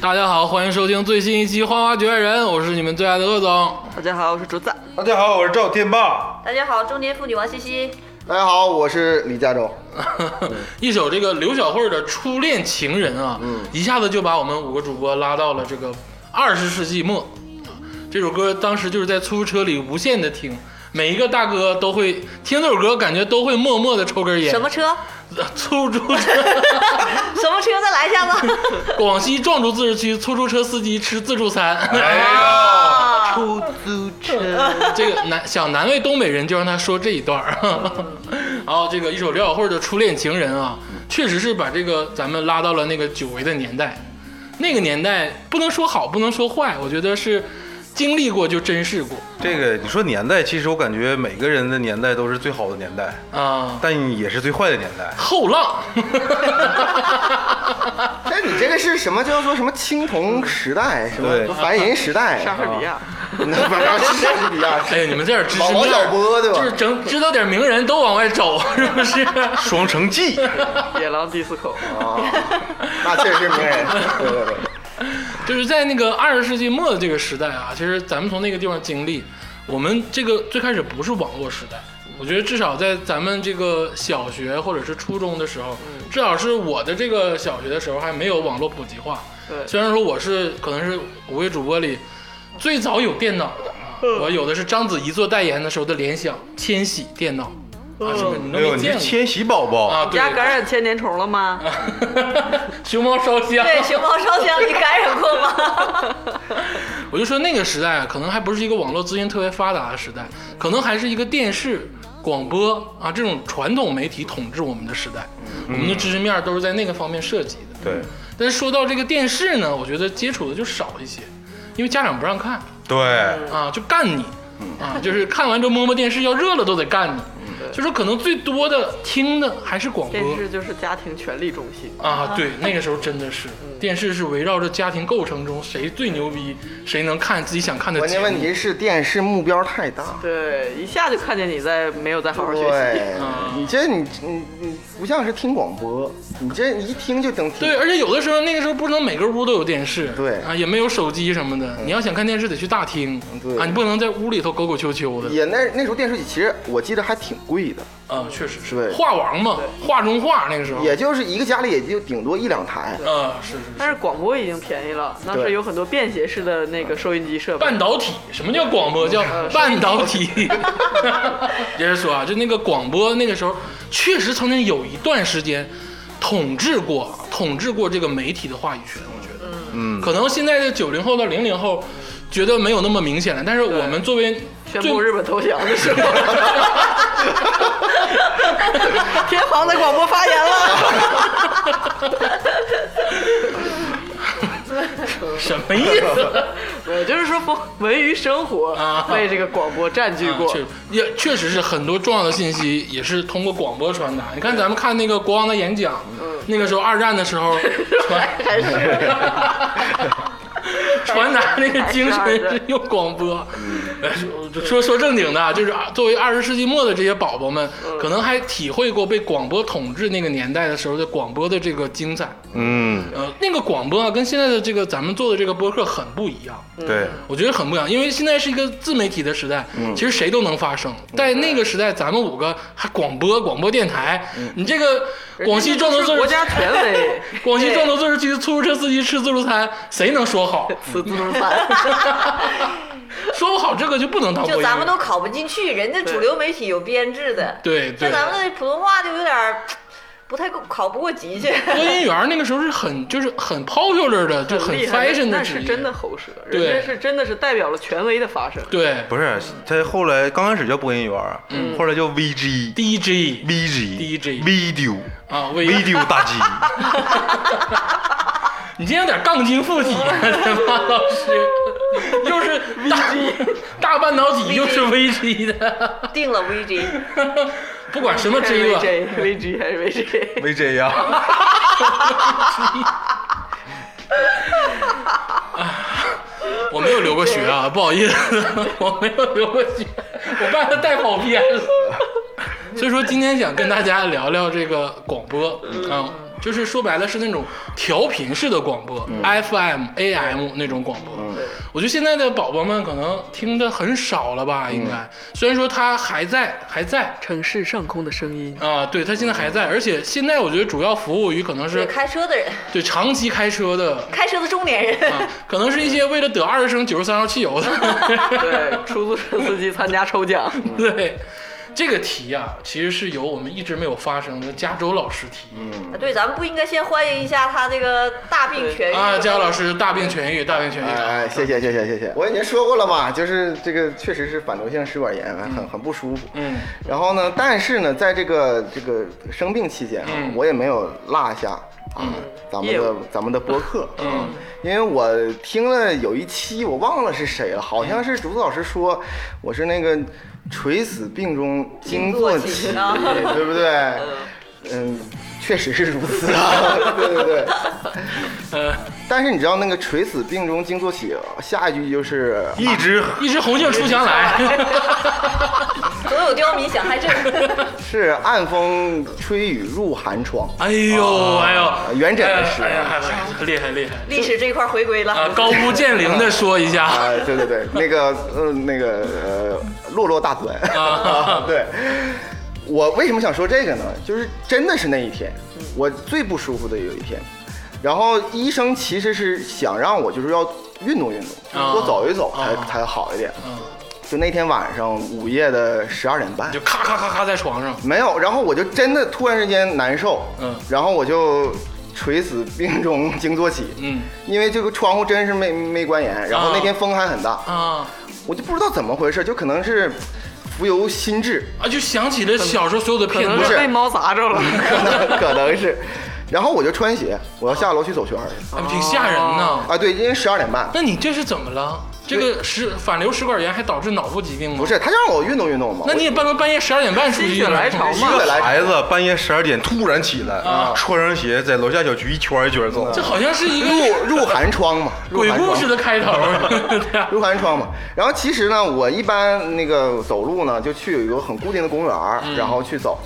大家好，欢迎收听最新一期《花花绝爱人》，我是你们最爱的鄂总。大家好，我是竹子。大家好，我是赵天霸。大家好，中年妇女王茜茜，大家好，我是李佳洲。 一首这个刘小慧的《初恋情人》啊，嗯一下子就把我们五个主播拉到了这个二十世纪末。这首歌当时就是在出租车里无限的听，每一个大哥都会听这首歌，感觉都会默默的抽根烟。什 么车？出租车？什么车？再来一下子。广西壮族自治区出租车司机吃自助餐。哎啊呦，出租车。 这个难想难为东北人，就让他说这一段儿。 然后这个一首刘小慧的《初恋情人》啊，确实是把这个咱们拉到了那个久违的年代。那个年代不能说好，不能说坏，我觉得是经历过就珍视过这个你说年代，其实我感觉每个人的年代都是最好的年代，啊。但也是最坏的年代。后浪， 这哎你这个是什么叫做什么青铜时代，什对么白银时代？啊莎士比亚， 那不是莎士比 亚，哎呀，你们这点知识王面小儿，波对吧？就是整知道点名人都往外走，是不是？双 城记，哎野狼迪斯科。啊，那确实 是名人。对对对，就是在那个二十世纪末的这个时代啊，其实咱们从那个地方经历，我们这个最开始不是网络时代。我觉得至少在咱们这个小学或者是初中的时候，至少是我的这个小学的时候还没有网络普及化。对，虽然说我是可能是五位主播里最早有电脑的啊，我有的是章子怡做代言的时候的联想千禧电脑啊，什么你哎都呦，没你见是过千禧宝宝，啊？你家感对，染千年虫了吗？ 熊猫烧香，对，熊猫烧香，你感染过吗？我就说那个时代啊，可能还不是一个网络资讯特别发达的时代，可能还是一个电视、广播啊这种传统媒体统治我们的时代，嗯我们的知识面儿都是在那个方面涉及的。对但是说到这个电视呢，我觉得接触的就少一些，因为家长不让看对，啊，就干你嗯啊，就是看完之后摸摸电视，要热了都得干你。就说可能最多的听的还是广播 电视就是家庭权力中心。啊，对，那个时候真的是嗯电视是围绕着家庭构成中谁最牛逼，谁能看自己想看的关节键目。问题是电视目标太大。对，一下就看见你在没有在好好学习。啊对，你这你你你不像是听广播，你这一听就能听。对，而且有的时候那个时候不能每个屋都有电视，对嗯啊，也没有手机什么的。你要想看电视得去大厅，对啊，你不能在屋里头狗狗秋秋的，也那那时候电视机其实我记得还挺贵的，啊，确实是对画王嘛，画中画那个嗯时候，也就是一个家里也就顶多一两台。啊，是是是。但是广播已经便宜了，当时对有很多便携式的那个收音机设备。半导体，什么叫广播？叫嗯 半导体。接着说啊，就那个广播，那个时候确实曾经有一段时间统治过，统治过这个媒体的话语权。我觉得，嗯，可能现在的九零后到零零后觉得没有那么明显了，但是我们作为宣最布日本投降的时 候，天皇的广播发言 了。什么意思？对，就是说风文娱生活啊被这个广播占据过啊。 确也确实是很多重要的信息也是通过广播传达。你看咱们看那个国王的演讲，那个时候二战的时 候传还是传达那个精神是用广播。哎说说说正经的啊，就是啊作为二十世纪末的这些宝宝们，可能还体会过被广播统治那个年代的时候的广播的这个精彩。嗯，呃，那个广播啊，跟现在的这个咱们做的这个播客很不一样。对，我觉得很不一样，因为现在是一个自媒体的时代，其实谁都能发声。在那个时代，咱们五个还广播、广播电台，你这个 广西壮族是自国治家权威，广西壮族自治区出租车司机吃自助餐，谁能说 好？此自助餐。 说不好这个就不能当播 就音。咱们都考不进去，人家主流媒体有编制的，对对像，咱们的普通话就有点儿不太够考不过级去。播音员那个时候是很就是很 popular 的，就很厉害 fashion 的那职是业，真的喉舌，对人家是真的是代表了权威的发声。对不是他后来刚开始叫播音员，啊嗯后来叫 VG。 DJ VG、 DJ video、啊，为 video 大鸡，你今天有点杠精附体啊，咱们老师，又是 VG 大半导体，又是 VG 的。定了 VG，不管什么 J 吧， VJ，VG 还是 VJ？ VJ 呀，我没有留过学啊，不好意思， 我没有留过学，我把他带跑偏了。所以说今天想跟大家聊聊这个广播啊、就是说白了是那种调频式的广播、f m AM 那种广播。我觉得现在的宝宝们可能听的很少了吧，应该。虽然说它还在，还在。城市上空的声音，啊，对，它现在还在，而且现在我觉得主要服务于可能对是开车的人，对长期开车的，开车的中年人，啊，可能是一些为了得二十升九十三号汽油的， 对，出租车司机参加抽奖，对。这个题呀、其实是由我们一直没有发生的加州老师提、嗯 对，咱们不应该先欢迎一下他这个大病痊愈啊，吗加州老师大病痊愈，大病痊愈。哎哎，谢谢谢谢谢谢，我已经说过了嘛，就是这个确实是反流性食管炎，很很不舒服。嗯，然后呢，但是呢，在这个这个生病期间啊，嗯我也没有落下啊、咱们业的务咱们的播客，嗯，因为我听了有一期，我忘了是谁了，好像是竹子老师说我是那个垂死病中惊坐起，惊坐起 对不对？嗯，确实是如此啊， 对对对。呃，但是你知道那个垂死病中惊坐起，下一句就是一直一只红杏出墙来，哎总有刁民想害朕。是暗风吹雨入寒窗。 哎哦呦哎呦，元稹的诗哎呀，哎呀哎啊呀厉害厉害历史这一块回归啊！了，高屋建瓴的说一下啊，对 对对，那个呃，那个呃，落落大端。啊 对，我为什么想说这个呢？就是真的是那一天，我最不舒服的有一天。然后医生其实是想让我就是要运动运动，就是多走一走才、啊才好一点。嗯就那天晚上午夜的十二点半就，咔咔咔咔在床上，没有，然后我就真的突然之间难受，嗯然后我就垂死病中惊坐起，嗯因为这个窗户真是没没关严，然后那天风还很大，啊我就不知道怎么回事，就可能是浮游心智， 啊，就想起了小时候所有的可片能段是被猫砸着了。可能可能是，然后我就穿鞋，我要下楼去走圈儿去，哎挺吓人哦呢。啊，对，因为十二点半，那你这是怎么了？这个食反流食管炎还导致脑部疾病吗？不，是他让我运动运动嘛，那你也半到半夜十二点半出去心血来潮嘛我本来孩子半夜十二点突然起来，啊穿上鞋在楼下小区一圈一圈走， 这好像是一个入入寒窗嘛，入鬼寒故窗事的开头。 对啊入寒窗嘛。然后其实呢，我一般那个走路呢，就去有一个很固定的公园儿，然后去走。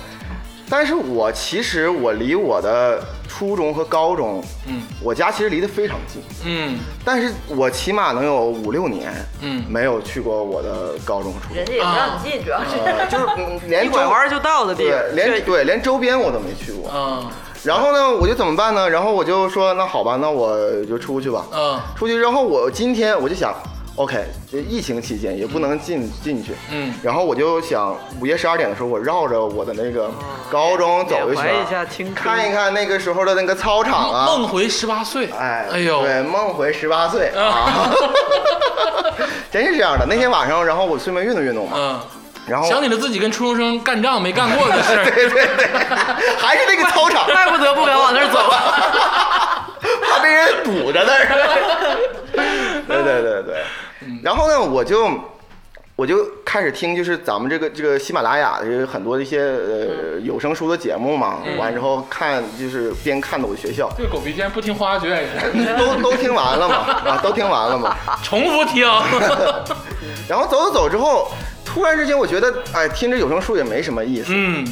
但是我其实我离我的初中和高中，嗯我家其实离得非常近，嗯但是我起码能有五六年，嗯没有去过我的高中和初中人，家也不让你进，主要是呃就是嗯连一周拐弯就到的地儿对，连这对连周边我都没去过。啊然后呢，我就怎么办呢？然后我就说，那好吧，那我就出去吧。啊出去，然后我今天我就想，OK，这疫情期间也不能进、进去，嗯然后我就想午夜十二点的时候，我绕着我的那个高中走一缅怀圈，一下青春看一看那个时候的那个操场啊，梦回十八岁，哎，哎呦，对，梦回十八岁啊， 真是这样的。那天晚上，然后我顺便运动运动嘛，嗯，然后想起了自己跟初中生干仗没干过的事儿， 对对对，还是那个 操 场，怪不得不敢往那儿走。怕被人堵着那 儿。对对对对，嗯然后呢，我就我就开始听，就是咱们这个这个喜马拉雅的这个很多的一些嗯。呃有声书的节目嘛，完之后看就是边看的我学校这个狗逼竟然不听花学院，都都听完了嘛，啊，都听完了嘛。 重复 听，然后走走走之后，突然之间我觉得，哎，听着有声书也没什么意思。嗯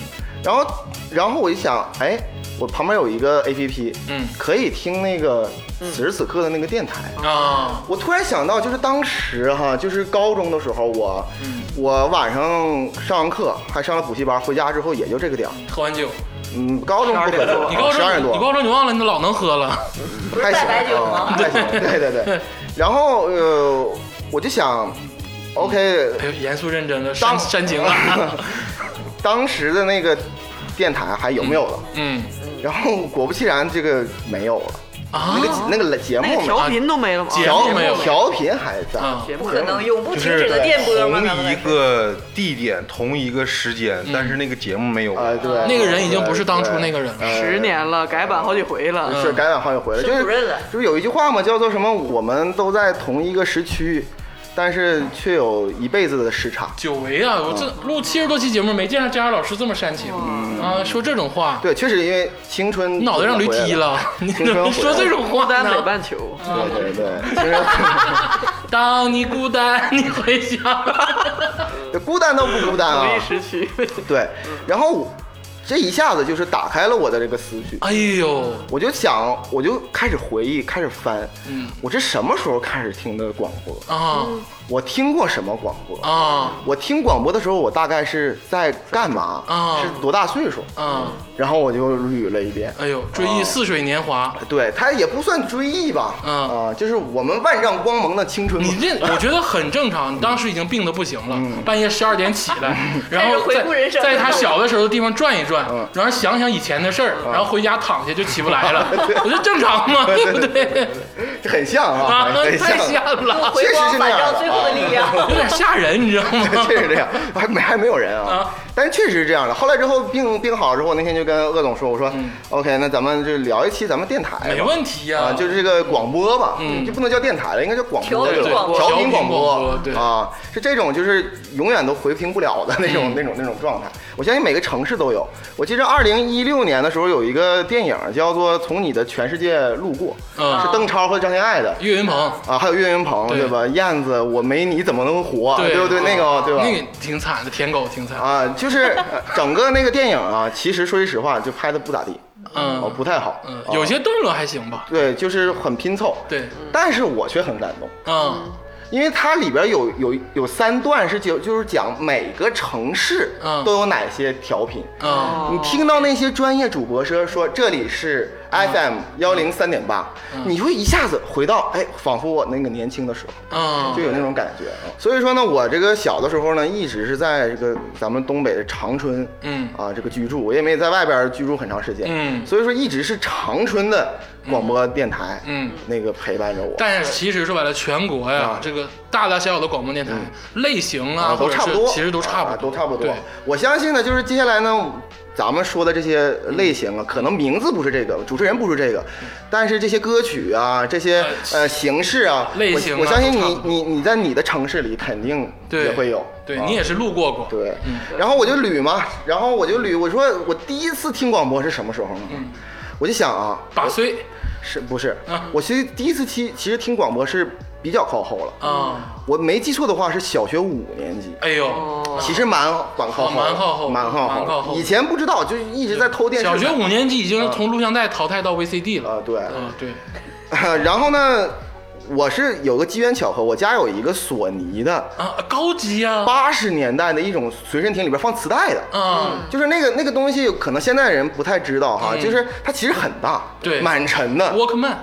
然后，然后我就想，哎，我旁边有一个 A P P，嗯可以听那个此时此刻的那个电台。啊我突然想到，就是当时哈，就是高中的时候，我，嗯我晚上上完课还上了补习班，回家之后也就这个点儿。喝完酒，嗯，高中不喝酒，你高十二点中你多，高中你忘了你老能喝了， 不是还带行，白酒吗嗯？还行，对对对。然后呃，我就想，OK，哎呦严肃认真的当煽煽情 啊了，当时的那个电台还有没有了？嗯然后果不其然，这个没有了，啊那个那个节目那个没调频都没了吗？节调目没有调频还在。啊节目不没可了能，永就不停是止的电波吗？同咱们一来说嗯个地点、同一个时间，但是那个节目没有了。啊、对，呃那个人已经不是当初那个人了对对十年了，改版好几回了。是改版好几回了，就是是主任了就是有一句话嘛，叫做什么？我们都在同一个时区，但是却有一辈子的时差。久违啊！我这录七十多期节目，没见着佳佳老师这么煽情啊，说这种话，对，确实因为青春，你脑袋让驴踢。了，你怎青春么回来说这种孤话 单北呢？半球，对对对，青春当你孤单，你回家。 孤单都不孤单同啊一。时期。对，然后我这一下子就是打开了我的这个思绪，哎呦，我就想，我就开始回忆，开始翻，嗯我这什么时候开始听的广播？啊我听过什么广播？啊我听广播的时候，我大概是在干嘛？啊是多大岁数？啊！然后我就捋了一遍。哎呦，追忆似水年华，对他也不算追忆吧，嗯啊、就是我们万丈光芒的青春嘛你这我觉得很正常。你当时已经病得不行了， 半夜十二点起来，然后开始回顾在人生在他小的时候的地方转一转嗯，然后想想以前的事儿，然后回家躺下就起不来了。我觉得正常嘛，对不对？这 很像啊，啊，很太像，吓了，回确实光是那返样的照最后的力量。哦有点吓人，你知道吗？ 确实这样，还没还没有人啊啊，但是确实是这样的。后来之后病病好之后，我那天就跟鄂总说，我说、OK，那咱嗯们就聊一期咱们电台吧，没问题呀、啊，就是这个广播吧，嗯就不能叫电台了，应该叫广播这调频广种播频广调频广播对啊，是这种就是永远都回听不了的那种嗯那种那种状态。我相信每个城市都有。我记得二零一六年的时候有一个电影叫做《从你的全世界路过》，是嗯，邓超和张天爱的。岳云鹏，啊，还有岳云鹏对对吧？燕子，我没你怎么能活？对哦对不对？那个对吧？那个挺惨的，舔狗挺惨。啊，就是呃整个那个电影啊，其实说句实话，就拍的不咋地，嗯哦，不太好，嗯，啊有些段落还行吧。对，就是很拼凑，对，但是我却很感动，嗯因为它里边有有有三段是就就是讲每个城市嗯都有哪些调频。嗯你听到那些专业主播说说这里是嗯 FM 幺零三点八，你会一下子回到哎，仿佛我那个年轻的时候。就嗯，有那种感觉啊。所以说呢，我这个小的时候呢，一直是在这个咱们东北的长春，嗯啊，这个居住，我也没在外边居住很长时间，嗯所以说一直是长春的广播电台，嗯嗯，那个陪伴着我。但是其实说白了，全国呀啊，嗯这个大大小小的广播电台类型啊，都或者差不是多，其实都差不啊多，都差不多对，。我相信呢，就是接下来呢，咱们说的这些类型啊，可能名字不是这个，主持人不是这个，但是这些歌曲啊，这些嗯呃呃形式啊，类型啊我我相信都差你不多你你在你的城市里肯定对也会有，对啊你也是路过嗯过，对，然后我就捋嘛，然后我就捋，我说我第一次听广播是什么时候呢？我就想啊，把虽是不是嗯啊？我其实第一次听，其实听广播是比较靠后了。啊，我没记错的话是小学五年级，哎呦，哦其实蛮蛮靠后的，蛮靠后的蛮靠蛮靠后后的的。以前不知道，就一直在偷电视小看。学五年级已经啊从录像带淘汰到 VCD 了啊，，对。嗯，对， 然后呢，我是有个机缘巧合，我家有一个索尼的啊，高级呀，八十年代的一种随身听，里边放磁带的。啊，就是那个那个东西，可能现在人不太知道哈，嗯就是它其实很大，对蛮沉的， Walkman，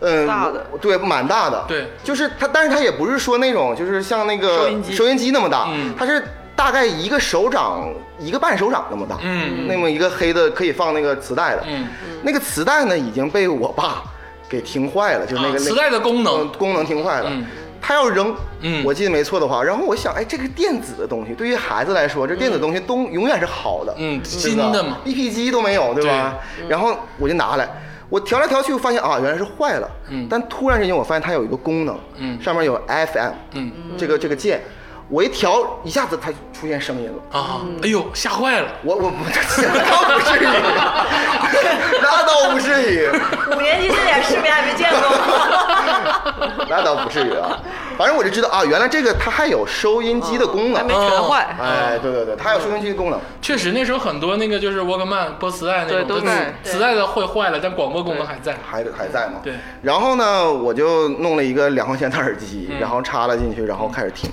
嗯，大的我，对，蛮大的，对就是它，但是它也不是说那种就是像那个收音机那么大，嗯它是大概一个手掌一个半手掌那么大，嗯那么一个黑的可以放那个磁带的，嗯，那个磁带呢已经被我爸给听坏了，就是那啊个、磁带的功那个能嗯，功能听坏了。嗯他要扔，嗯我记得没错的话，然后我想，哎，这个电子的东西对于孩子来说，这电子东西都永远是好的，嗯对新吧的嘛，嗯，BP 机都没有，对吧？然后我就拿来，我调来调去，我发现啊，原来是坏了。嗯但突然之间，我发现它有一个功能，嗯上面有 FM，嗯这个这个键，我一调，一下子它出现声音了。啊，哎呦，吓坏了，我我不，那倒不至于， 那倒不至于，五年级这点世面还没见过吗？ 那倒不至于啊。反正我就知道啊，原来这个它还有收音机的功哦还没能。全哦坏，哎，对对对，它还有收音机的功能。确实，那时候很多那个就是 Walkman 播磁带那种，对都在磁磁带的会坏了，但广播功能还在。还还在吗？对。然后呢，我就弄了一个两块钱的耳机，嗯然后插了进去，然后开始听。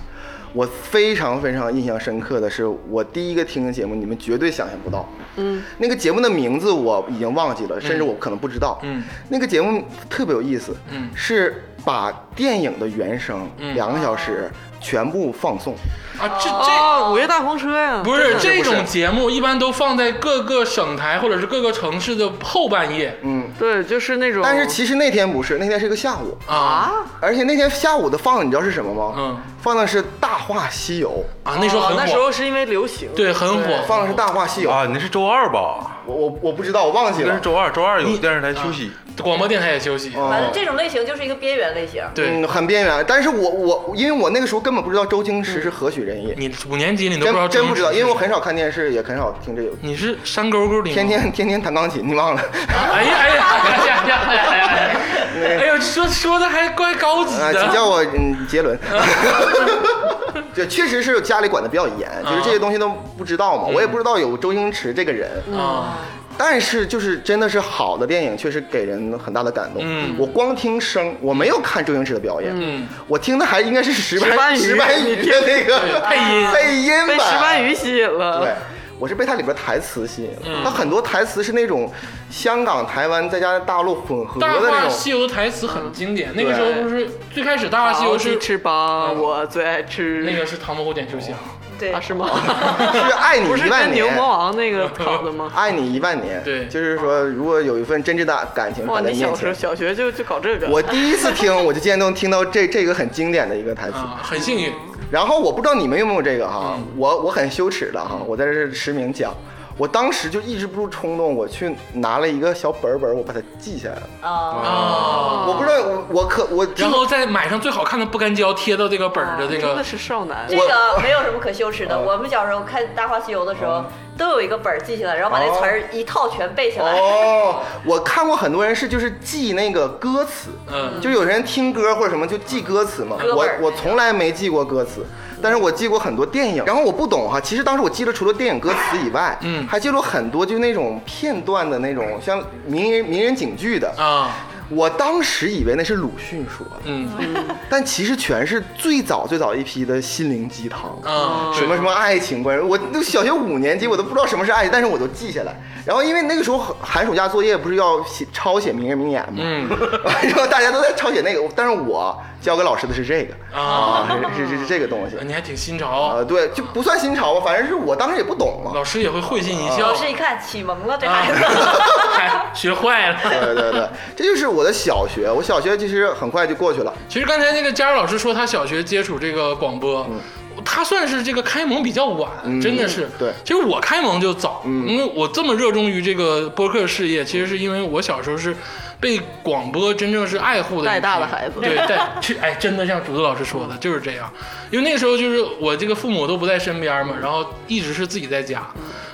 我非常非常印象深刻的是，我第一个听的节目，你们绝对想象不到。嗯，那个节目的名字我已经忘记了，甚至我可能不知道。嗯，那个节目特别有意思。嗯是把电影的原声嗯两个小时全部放送。啊，这这哦，午夜大风车呀，不是这不是种节目，一般都放在各个省台或者是各个城市的后半夜嗯，对，就是那哦种，但是其实那天不是，那天是个下午，啊啊，而且那天下午的放的你知道是什么吗？嗯，放的是《大话西游》。啊，那时候哦很那时火，候是因为流行，对，很火。放的是《大话西游》啊，你那是周二吧？我我我不知道，我忘记应该是了。周二，周二有电视台休息。广播电台也休息，哦反正这种类型就是一个边缘类型。对嗯，很边缘。但是我我因为我那个时候根本不知道周星驰是何许人也，你五年级你都不知道真真不知道，这种事情因为我很少看电视，也很少听这个。你是山沟沟里吗天天天天弹钢琴，你 忘了？哎呀哎呀哎呀哎呀哎呀哎呀哎呀！哎呦，说说的还怪高级 啊，请的叫我嗯杰伦。这确实是家里管的比较严，就是这些东西都不知道嘛，嗯我也不知道有周星驰这个人。啊，但是就是真的是好的电影，确实给人很大的感动。嗯我光听声，我没有看周星驰的表演，嗯，我听的还应该是石斑石石斑斑鱼鱼 的那对个配音配音被版石斑鱼吸引对了。，我是被它里边台词吸引了嗯。它很多台词是那种香港、台湾再加上大陆混合大的那话嗯种。西游台词很经典，那个时候不是最开始大话西游好是你吃吧，嗯我最爱吃那个是唐伯虎点秋香，对啊，，是吗？是爱 你不是嗯一万跟牛年，嗯魔王那个考的吗？爱你一万年。对就是说，如果有一份真挚的感情哇，嗯摆在你小面时候前，小学就就搞这个，我第一次听，我就今天都能听到这这个很经典的一个台词。 啊，很幸运，然后我不知道你们有没有这个哈，嗯我我很羞耻的哈，我在这儿实名讲，我当时就抑制不住冲动，我去拿了一个小本儿本儿，我把它记下来了。啊，啊，我不知道我我可我然后再买上最好看的不干胶贴到这个本哦儿的这真的个，是少男这。个没有什么可羞耻的。哦我们小时候看《大话西游》的时候，都有一个本儿记下来，然后把那词哦儿一套全背下来。哦，我看过很多人是就是记那个歌词，嗯就有人听歌或者什么就记歌词嘛。歌我本儿我从来没记过歌词，嗯但是我记过很多电影。然后我不懂哈，其实当时我记了除了电影歌词以外，嗯还记了很多就那种片段的那种像名人名人警句的。啊，我当时以为那是鲁迅说的，嗯但其实全是最早最早一批的心灵鸡汤。啊，什么什么爱情观，我都小学五年级，我都不知道什么是爱情，但是我都记下来。然后因为那个时候寒暑假作业不是要写抄写名人名言吗？嗯然后大家都在抄写那个，但是我教给老师的是这个啊，嗯是是是这个东西呃你还挺新潮，啊，对，就不算新潮吧，反正是我当时也不懂嘛。老师也会会心一笑老，师一看启蒙了，这啊孩子。， 还学坏了。对对对，这就是我的小学，我小学其实很快就过去了。其实刚才那个佳儿老师说，他小学接触这个广播，他算是这个开蒙比较晚，嗯真的是。对其实我开蒙就早，嗯因为我这么热衷于这个播客事业，其实是因为我小时候是被广播真正是爱护的一批带大的孩子对，带去哎，真的像竹子老师说的，就是这样。因为那个时候就是我这个父母都不在身边嘛，然后一直是自己在家，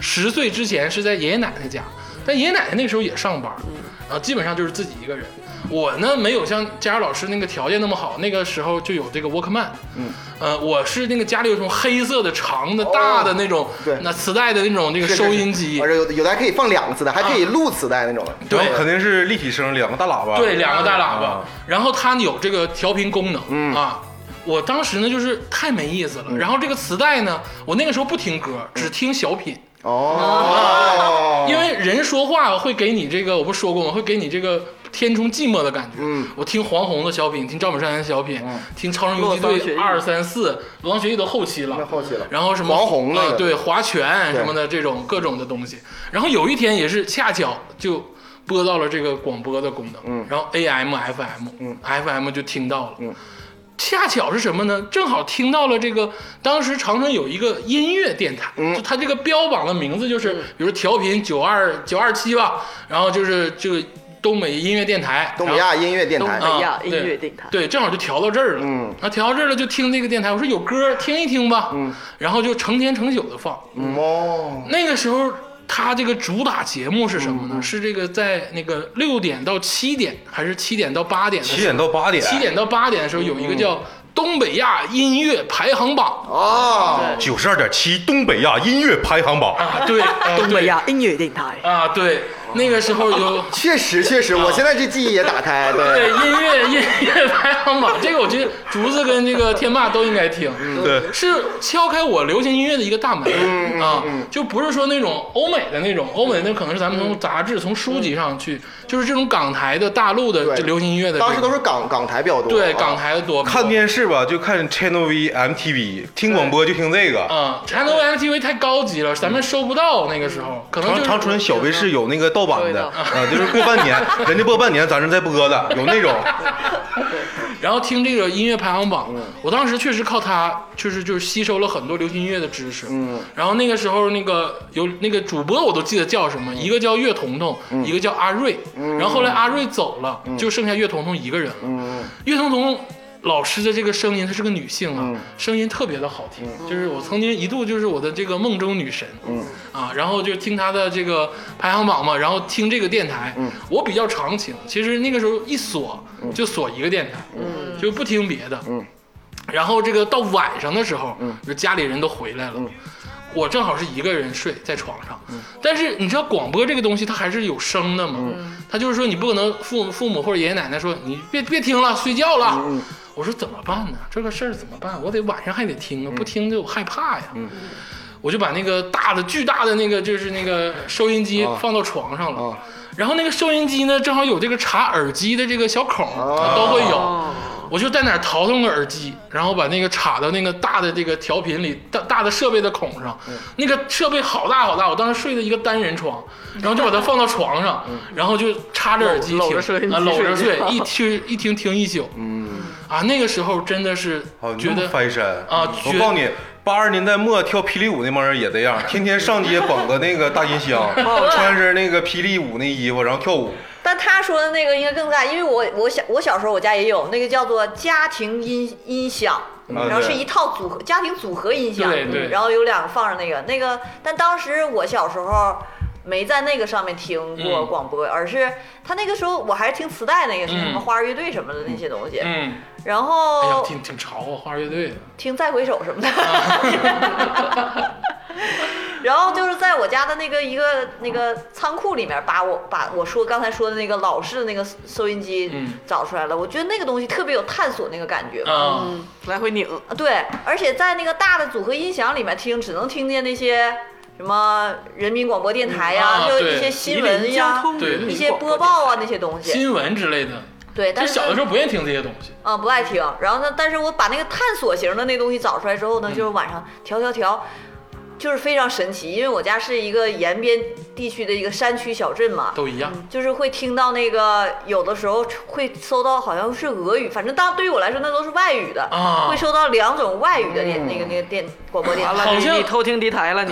十岁之前是在爷爷奶奶家，但爷爷奶奶那个时候也上班，然嗯后基本上就是自己一个人。我呢没有像佳儿老师那个条件那么好，那个时候就有这个 Walkman，嗯，呃，我是那个家里有种黑色的长的大的那种，哦对那磁带的那种那个是是收音机，啊而且有的有的还可以放两次的，还可以录磁带那种的。对然后肯定是立体声，两个大喇叭。对，两个大喇叭啊，然后它有这个调频功能、嗯啊。我当时呢就是太没意思了，然后这个磁带呢，我那个时候不听歌，只听小品，哦，因为人说话会给你这个，我不是说过吗？会给你这个填充寂寞的感觉。嗯，我听黄宏的小品，听赵本山的小品，听《超人游击洛桑学队艺》二三四，罗桑学艺都后期那了。后期了。然后什么黄宏那个啊对划拳对什么的这种各种的东西。然后有一天也是恰巧就播到了这个广播的功能，嗯然后 AM、FM，嗯，FM 就听到了，嗯恰巧是什么呢？正好听到了这个，当时长春有一个音乐电台，嗯就它这个标榜的名字就是，比如调频九二九二七吧，然后就是这个东北音乐电台，啊东北亚音乐电东台北，亚音乐电台，对，正好就调到这儿了。嗯，啊，调到这儿了就听这个电台，我说有歌听一听吧。嗯，然后就成天成宿的放。嗯嗯哦，那个时候他这个主打节目是什么呢？是这个在那个六点到七点，还是七点到八点的时候？七点到八点，七点到八点的时候有一个叫东北亚音乐排行榜。哦，九十二点七东北亚音乐排行榜。啊，对，啊东北亚音乐电台。对啊，对，哦那个时候有确实确实，我现在这记忆也打开，啊对 对，音乐音乐排行榜，这个我觉得竹子跟这个天霸都应该听。嗯对，是敲开我流行音乐的一个大门、啊，嗯就不是说那种欧美的那种，欧美那可能是咱们从杂志、从书籍上去，就是这种港台的、大陆的嗯对这流行音乐的这种，当时都是港港台比较多，对啊港。台的多。看电视吧，就看 Channel V、MTV，听广播就听这个。啊，长春 MTV 太高级了，嗯咱们收不到那个时候，可能就长是长春小卫视有那个盗版的，收不啊，就是过 半年，人家播半年，咱这再播的，有那种。然后听这个音乐排行榜，嗯我当时确实靠它，就是就是吸收了很多流行音乐的知识。嗯，然后那个时候那个有那个主播我都记得叫什么，嗯一个叫岳彤彤，一个叫阿瑞。然后后来阿瑞走了，就剩下岳彤彤一个人了。嗯，岳彤彤老师的这个声音，她是个女性啊，嗯声音特别的好听，就是我曾经一度就是我的这个梦中女神，嗯啊，然后就听她的这个排行榜嘛，然后听这个电台，嗯我比较长情，其实那个时候一锁就锁一个电台，就不听别的，嗯然后这个到晚上的时候，就家里人都回来了，我正好是一个人睡在床上。但是你知道广播这个东西，它还是有声的嘛，它就是说你不可能父父母或者爷爷奶奶说你别别听了，睡觉了。我说怎么办呢？这个事儿怎么办？我得晚上还得听啊，不听就我害怕呀。我就把那个大的、巨大的那个就是那个收音机放到床上了。啊然后那个收音机呢，正好有这个插耳机的这个小孔，它都会有。哦我就在哪儿淘腾个耳机，然后把那个插到那个大的这个调频里，大大的设备的孔上。嗯那个设备好大好大，我当时睡的一个单人 床，然后就把它放到床上，然后就插着耳机嗯搂搂着收音听，机啊，搂着睡睡，一听 一听听一宿。嗯，啊，那个时候真的是哦，你觉这么得翻身啊我觉告诉你，八十年代末跳霹雳舞那帮人也这样，天天上街绑个那个大金箱，穿身那个霹雳舞那衣服，然后跳舞。但他说的那个应该更大，因为我我小我小时候我家也有那个叫做家庭音音响。然后是一套组合家庭组合音响，嗯对对然后有两个放着那个那个，但当时我小时候没在那个上面听过嗯广播，而是他那个时候我还是听磁带那个是什么嗯花儿乐队什么的那些东西，嗯，然哎呀，后挺挺潮啊，花儿乐队的。听再回首什么啊的。 然后就是在我家的那个一个那个仓库里面，把我把我说刚才说的那个老式的那个收音机嗯找出来了。我觉得那个东西特别有探索那个感觉嘛。啊，嗯，来回拧，啊对，而且在那个大的组合音响里面听，只能听见那些什么人民广播电台嗯呀，啊就对一些吉新林闻交呀、通对人民一些广播播报啊那些东西。新闻之类的。对，就但是小的时候不愿意听这些东西。啊、不爱听。然后呢，但是我把那个探索型的那东西找出来之后呢，就是晚上调调调，就是非常神奇，因为我家是一个延边地区的一个山区小镇嘛。都一样。就是会听到那个，有的时候会搜到好像是俄语，反正当对于我来说那都是外语的，啊会收到两种外语的电、那个那个电广播电完台。了，好你像你偷听敌台了你。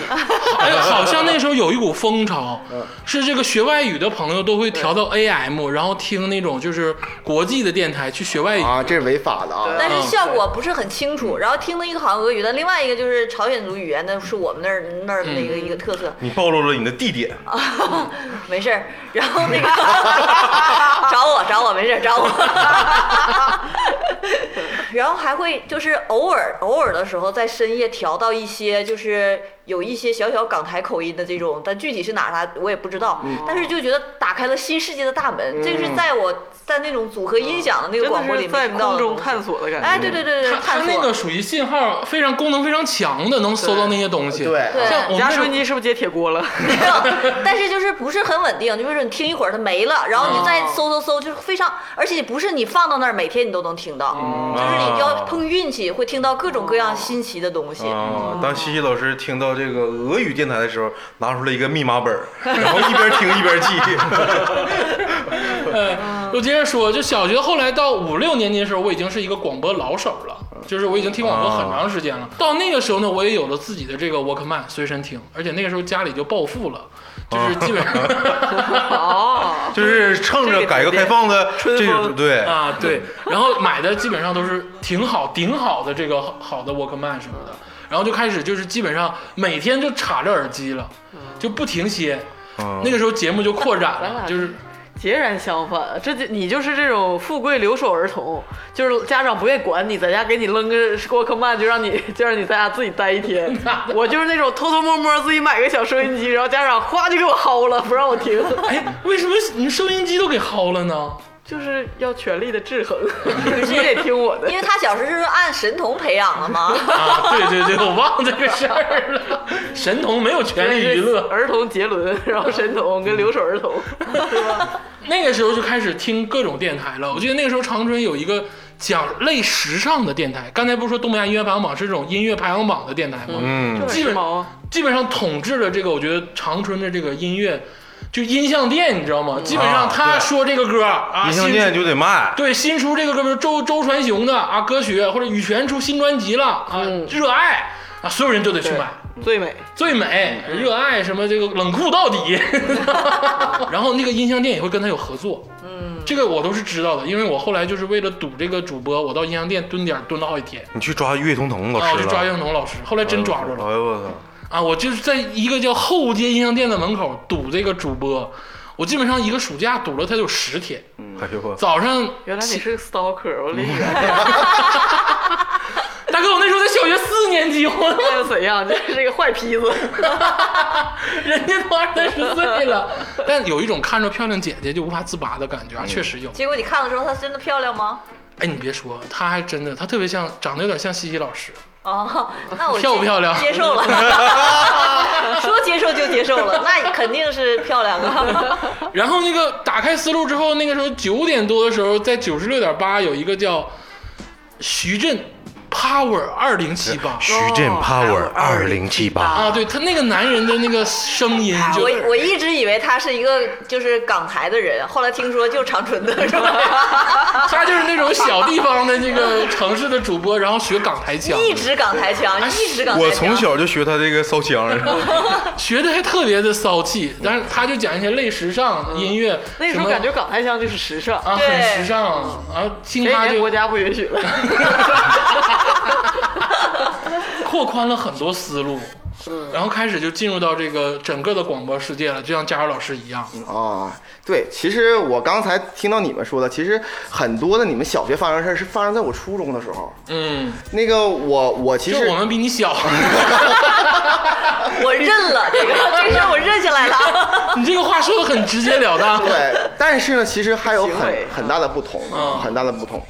哎，好像那时候有一股风潮，嗯是这个学外语的朋友都会调到 AM，然后听那种就是国际的电台去学外语。啊，这是违法的啊！但是效果不是很清楚，然后听的一个好像俄语的，另外一个就是朝鲜族语言，那是我们那儿那儿的一个、一个特色。你暴露了你的地点，没事儿，然后那个找我找我没事儿找我，然后还会就是偶尔偶尔的时候在深夜调到一些就是有一些小小港台口音的这种，但具体是哪啥我也不知道，但是就觉得打开了新世界的大门，这个是在我在那种组合音响的那个真广播的里是面在听到空的中东西。探索的感觉。哎，对对对对，它它探索那个属于信号非常功能非常强的，能搜到那些东西。对对像我你们家那收音种机是不是接铁锅了？没有， 但是就是不是很稳定，就是你听一会儿它没了，然后你哦再搜搜搜，就是非常，而且不是你放到那儿每天你都能听到，嗯就是你要碰运气，会听到各种各样新奇的东西。嗯啊，当西西老师听到这个俄语电台的时候，拿出了一个密码本儿， 然后一边听一边记。 呃，我接着说，就小学后来到五六年级的时候，我已经是一个广播老手了，嗯就是我已经听广播啊很长时间了。到那个时候呢，我也有了自己的这个 Walkman 随身听，而且那个时候家里就暴富了，就是基本 上。 哦，就是趁着改革开放的春这风种对啊，对，然后买的基本上都是挺好、顶好的这个好的 Walkman 什么的，然后就开始就是基本上每天就插着耳机了，就不停歇。嗯那个时候节目就扩展咱俩了，就是截然相反，这就你就是这种富贵留守儿童，就是家长不愿意管你，在家给你扔个沃克曼，就让你就让你在家自己待 一天。我就是那种偷偷摸摸自己买个小收音机，然后家长哗就给我薅了，不让 我听，哎，为什么你收音机都给薅了呢？就是要权力的制 衡，你得听我的因。为他小时候是按神童培养的嘛， 啊，对对对，我忘这个事儿了。神童没有权利娱乐，儿童杰伦，然后神童跟留守儿童，那个时候就开始听各种电台了。我记得那个时候长春有一个讲类时尚的电台，刚才不是说东北亚音乐排行榜是这种音乐排行榜的电台吗？嗯，这基本时髦啊。基本上统治了这个，我觉得长春的这个音乐，就音像店，你知道吗？嗯基本上他说这个歌啊，啊音像新店出就得嗯卖。对新出这个歌，比如周周传雄的啊歌曲，或者羽泉出新专辑了啊，嗯热爱啊，所有人都得去买。最美，最美、嗯热爱什么这个冷酷到 底，然后那个音像店也会跟他有合作，嗯，这个我都是知道的，因为我后来就是为了赌这个主播，我到音像店蹲点儿蹲了好几天，你去抓岳彤彤老啊，我师就了，抓袁彤老师，后来真抓住了，哎呦我操！啊，我就是在一个叫后街音像店的门口堵这个主播，我基本上一个暑假堵了他有十天。哎呦我操！早上原来你是个 stalker，我理解。哥，我那时候在小学四年级，我那又哎怎样？这是一个坏坯子。 人家都二三十岁了，但有一种看着漂亮姐姐就无法自拔的感觉啊，确实有。结果你看了之后，她真的漂亮吗？哎，你别说，她还真的，她特别像，长得有点像西西老师。哦，那我漂不漂亮接受了， 说接受就接受 了，那肯定是漂亮啊。然后那个打开思路之后，那个时候九点多的时候，在九十六点八有一个叫徐震 Power 二零七八徐震 Power 二零七八，啊，对他那个男人的那个声音就啊我我一直以为他是一个就是港台的人，后来听说就长春的，是吧？ 他就是那种小地方的这个城市的主播，然后学港台 腔，一直港台腔，啊一直港台 我腔。从小就学他这个烧香， 学的还特别的骚气。但是他就讲一些类时尚音乐，嗯那时什候么感觉港台腔就是时尚，啊很对时尚啊，听前几他年就国家不允许了。拓宽了很多思路。然后开始就进入到这个整个的广播世界了，就像佳茹老师一样，啊，对，其实我刚才听到你们说的，其实很多的你们小学发生的事儿是发生在我初中的时候。嗯，那个我我其就实我们比你小， 我认了这个， 这事儿我认下来了。你这个话说的很直截了当。 对，但是呢，其实还有行很为很大的不同嗯，很大的不同。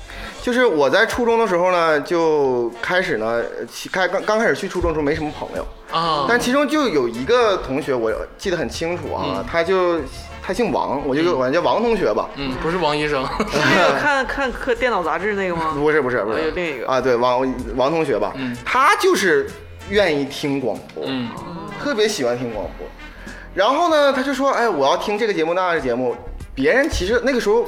就是我在初中的时候呢，就开始呢，其开刚刚开始去初中的时候没什么朋友，嗯啊，但其中就有一个同学，我记得很清楚啊，嗯他就他姓王，我就管他叫王同学吧。嗯，不是王医生，那个 看看课电脑杂志那个吗？ 不是不是不哦还有是另一个啊，对王王同学吧，嗯他就是愿意听广播，嗯特别喜欢听广播。然后呢，他就说：“哎，我要听这个节目那个节目。”别人其实那个时候，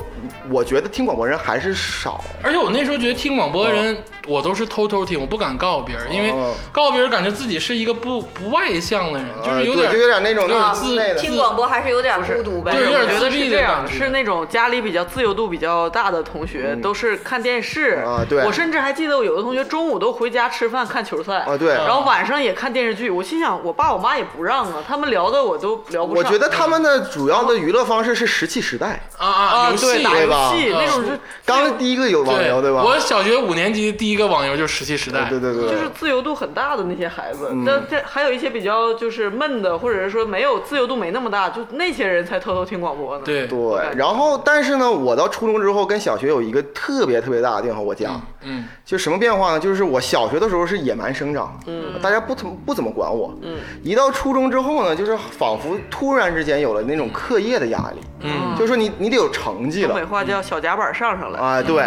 我觉得听广播人还是少。而且我那时候觉得听广播的人，我都是偷偷听，我不敢告别人，因为哦告别人感觉自己是一个不不外向的人，就是呃有对点就有点那有种那点种自自内的听广播还是有点孤独呗对，。有我点觉自得是闭这的感样，觉，是那种家里比较自由度比较大的同学，都是看电视嗯啊对我甚至还记得我有的同学中午都回家吃饭看球赛啊，对。然后晚上也看电视剧。我心想，我爸我妈也不让啊，他们聊的我都聊不上。我觉得他们的主要的娱乐方式是石器时代，啊啊啊，游对，戏打对游吧嗯戏啊那种是刚第一个有网游对吧？哎我小学五年级第一个网游就是《石器时代》，对对对，就是自由度很大的那些孩子，嗯但这还有一些比较就是闷的，或者是说没有自由度没那么大，就那些人才偷偷听广播呢。对对。然后，但是呢，我到初中之后跟小学有一个特别特别大的变化，我家。嗯就什么变化呢？就是我小学的时候是野蛮生长，嗯，大家不怎么不怎么管我，嗯，一到初中之后呢，就是仿佛突然之间有了那种课业的压力，嗯，就是说你你得有成绩东北了话叫小夹板上上来。啊，对，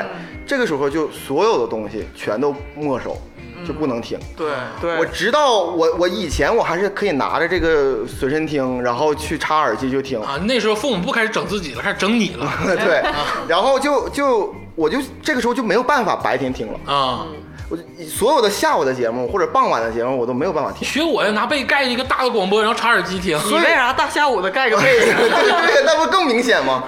这个时候就所有的东西全都没收，就不能听。对对，我直到我我以前我还是可以拿着这个随身听，然后去插耳机就听，啊，那时候父母不开始整自己了，开始整你了 对，然后就就我就这个时候就没有办法白天听了，啊！我就所有的下午的节目或者傍晚的节目我都没有办法听。学我呀，拿被盖一个大的广播，然后插耳机听。你为啥大下午的盖个被子？对对对，那不更明显吗？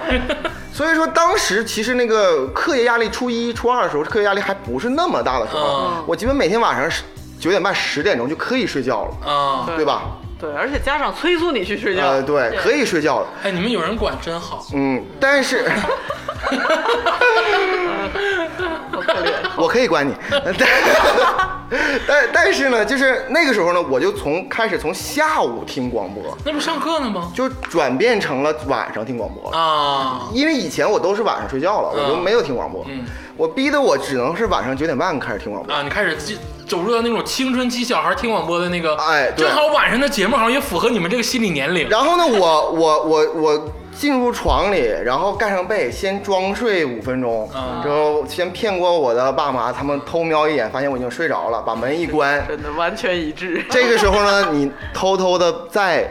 所以说，当时其实那个课业压力，初一、初二的时候，课业压力还不是那么大的时候，啊我基本每天晚上十九点半、十点钟就可以睡觉了，啊！对吧？ 对，而且家长催促你去睡觉呃，，对，可以睡觉了。哎，你们有人管真好。嗯，但是好可怜。我可以管你， 但但但是呢，就是那个时候呢，我就从开始从下午听广播，那不上课呢吗？就转变成了晚上听广播了。啊，因为以前我都是晚上睡觉了，我就没有听广播。嗯我逼得我只能是晚上九点半开始听广播。啊，你开始进走入到那种青春期小孩听广播的那个，哎对正好晚上的节目好像也符合你们这个心理年龄。然后呢，我我我我进入床里，然后盖上被，先装睡五分钟啊，之后先骗过我的爸妈，他们偷瞄一眼，发现我已经睡着了，把门一关。真的完全一致。这个时候呢，你偷偷的在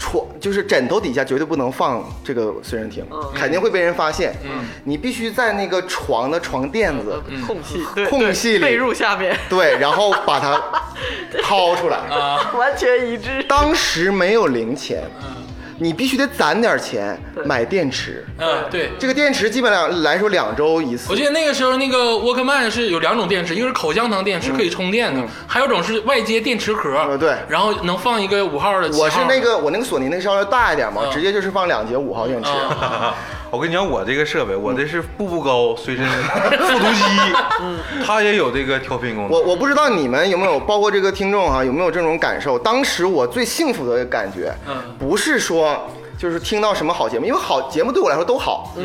床，就是枕头底下绝对不能放这个随身听，肯定会被人发现。嗯你必须在那个床的床垫子。呃空隙，对空对隙里被褥下面，对，然后把它掏出来。啊，完全一致。当时没有零钱，嗯你必须得攒点钱买电池。嗯，对。这个电池基本上来说两周一次我。记得那个时候，那个 Walkman 是有两种电池，一个是口香糖电池可以充电的，还有一种是外接电池壳，嗯呃对然后能放一个五号的。我是7号的那个我那个索尼那个稍微大一点嘛，嗯直接就是放两节五号电池。啊，我跟你讲，我这个设备，我这是步步高随 身复读机， 它也有这个调频功能。我我不知道你们有没有，包括这个听众哈、有没有这种感受？当时我最幸福的感觉，嗯不是说就是听到什么好节目，因为好节目对我来说都好，嗯。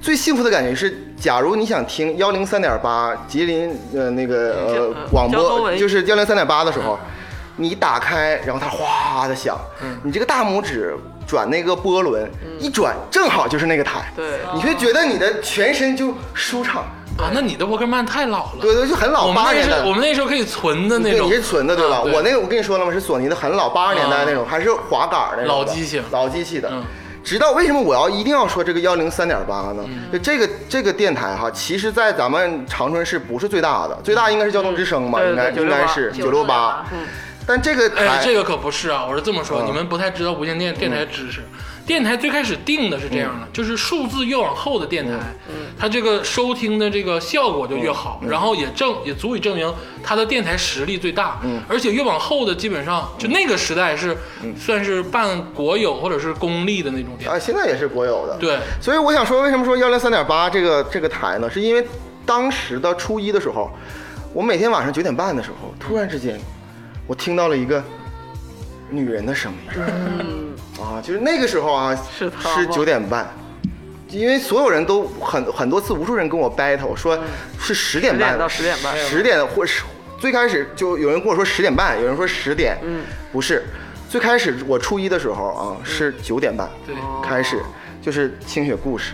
最幸福的感觉是，假如你想听幺零三点八吉林呃那个嗯呃交广交通播，文就是幺零三点八的时候，你打开，然后它哗的响，嗯你这个大拇指转那个波轮，一转正好就是那个台，对你会觉得你的全身就舒畅，啊，那你的沃克曼太老了，对对，就很老我们八十那年是代的。我们那时候可以存的那对，种你，是存的对吧？啊对啊我那个我跟你说了吗？是索尼的很老八十年代那种，还是滑杆儿那种老的机型老机器的。嗯直到为什么我要一定要说这个幺零三点八呢？嗯就这个这个电台哈，其实，在咱们长春市不是最大的，最大应该是交通之声吧，嗯对应该对应该是九六八。但这个台哎，这个可不是啊！我是这么说，嗯你们不太知道无线电电台知识。电台最开始定的是这样嗯的，就是数字越往后的电台，它这个收听的这个效果就越嗯好，然后也证也足以证明它的电台实力最大。嗯而且越往后的，基本上就那个时代是算是半国有或者是公立的那种电台。啊，现在也是国有的。对，所以我想说，为什么说幺零三点八这个这个台呢？是因为当时的初一的时候，我每天晚上九点半的时候，突然之间，我听到了一个女人的声音。啊，就是那个时候啊，是她吗是九点半。因为所有人都很很多次，无数人跟我 battle 说是十点半10到10点半十点或是最开始就有人跟我说十点半，有人说十点，嗯，不是，最开始我初一的时候啊是九点半，对开始就是清雪故事，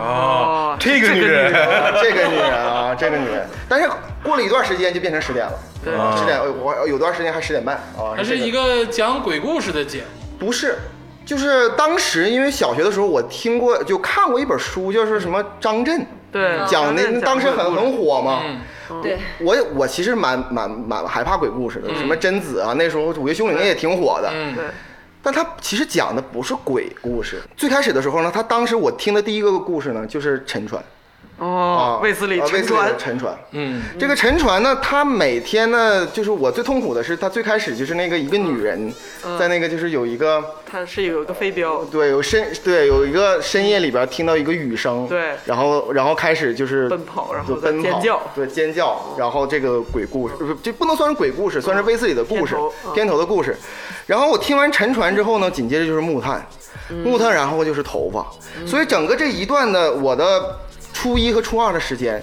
啊，这个女 人，啊这个女人啊，这个女人，但是过了一段时间就变成十点了，对啊十点，我我有段时间还十点半啊，它是这一个讲鬼故事的节目，不是，就是当时因为小学的时候，我听过就看过一本书，就是什么张震对，讲那当时很很火嘛。嗯对，我也我其实蛮蛮蛮害怕鬼故事嗯的，什么贞子啊，那时候《午夜凶铃》也挺火的。嗯，对，但他其实讲的不是鬼故事。最开始的时候呢，他当时我听的第一个故事呢，就是沉船啊哦，，卫斯理啊卫沉斯理的船，沉船。嗯，这个沉船呢，他每天呢，就是我最痛苦的是，他最开始就是那个一个女人，嗯在那个就是有一个它是有一个飞镖，对，有深对有一个深夜里边听到一个雨声，对然后然后开始就是奔跑然后就奔跑再尖叫对尖叫，然后这个鬼故事呃不是这不能算是鬼故事，算是威斯里的故事片头嗯片头的故事。然后我听完沉船之后呢，紧接着就是木炭，木炭，然后就是头发，所以整个这一段的我的初一和初二的时间，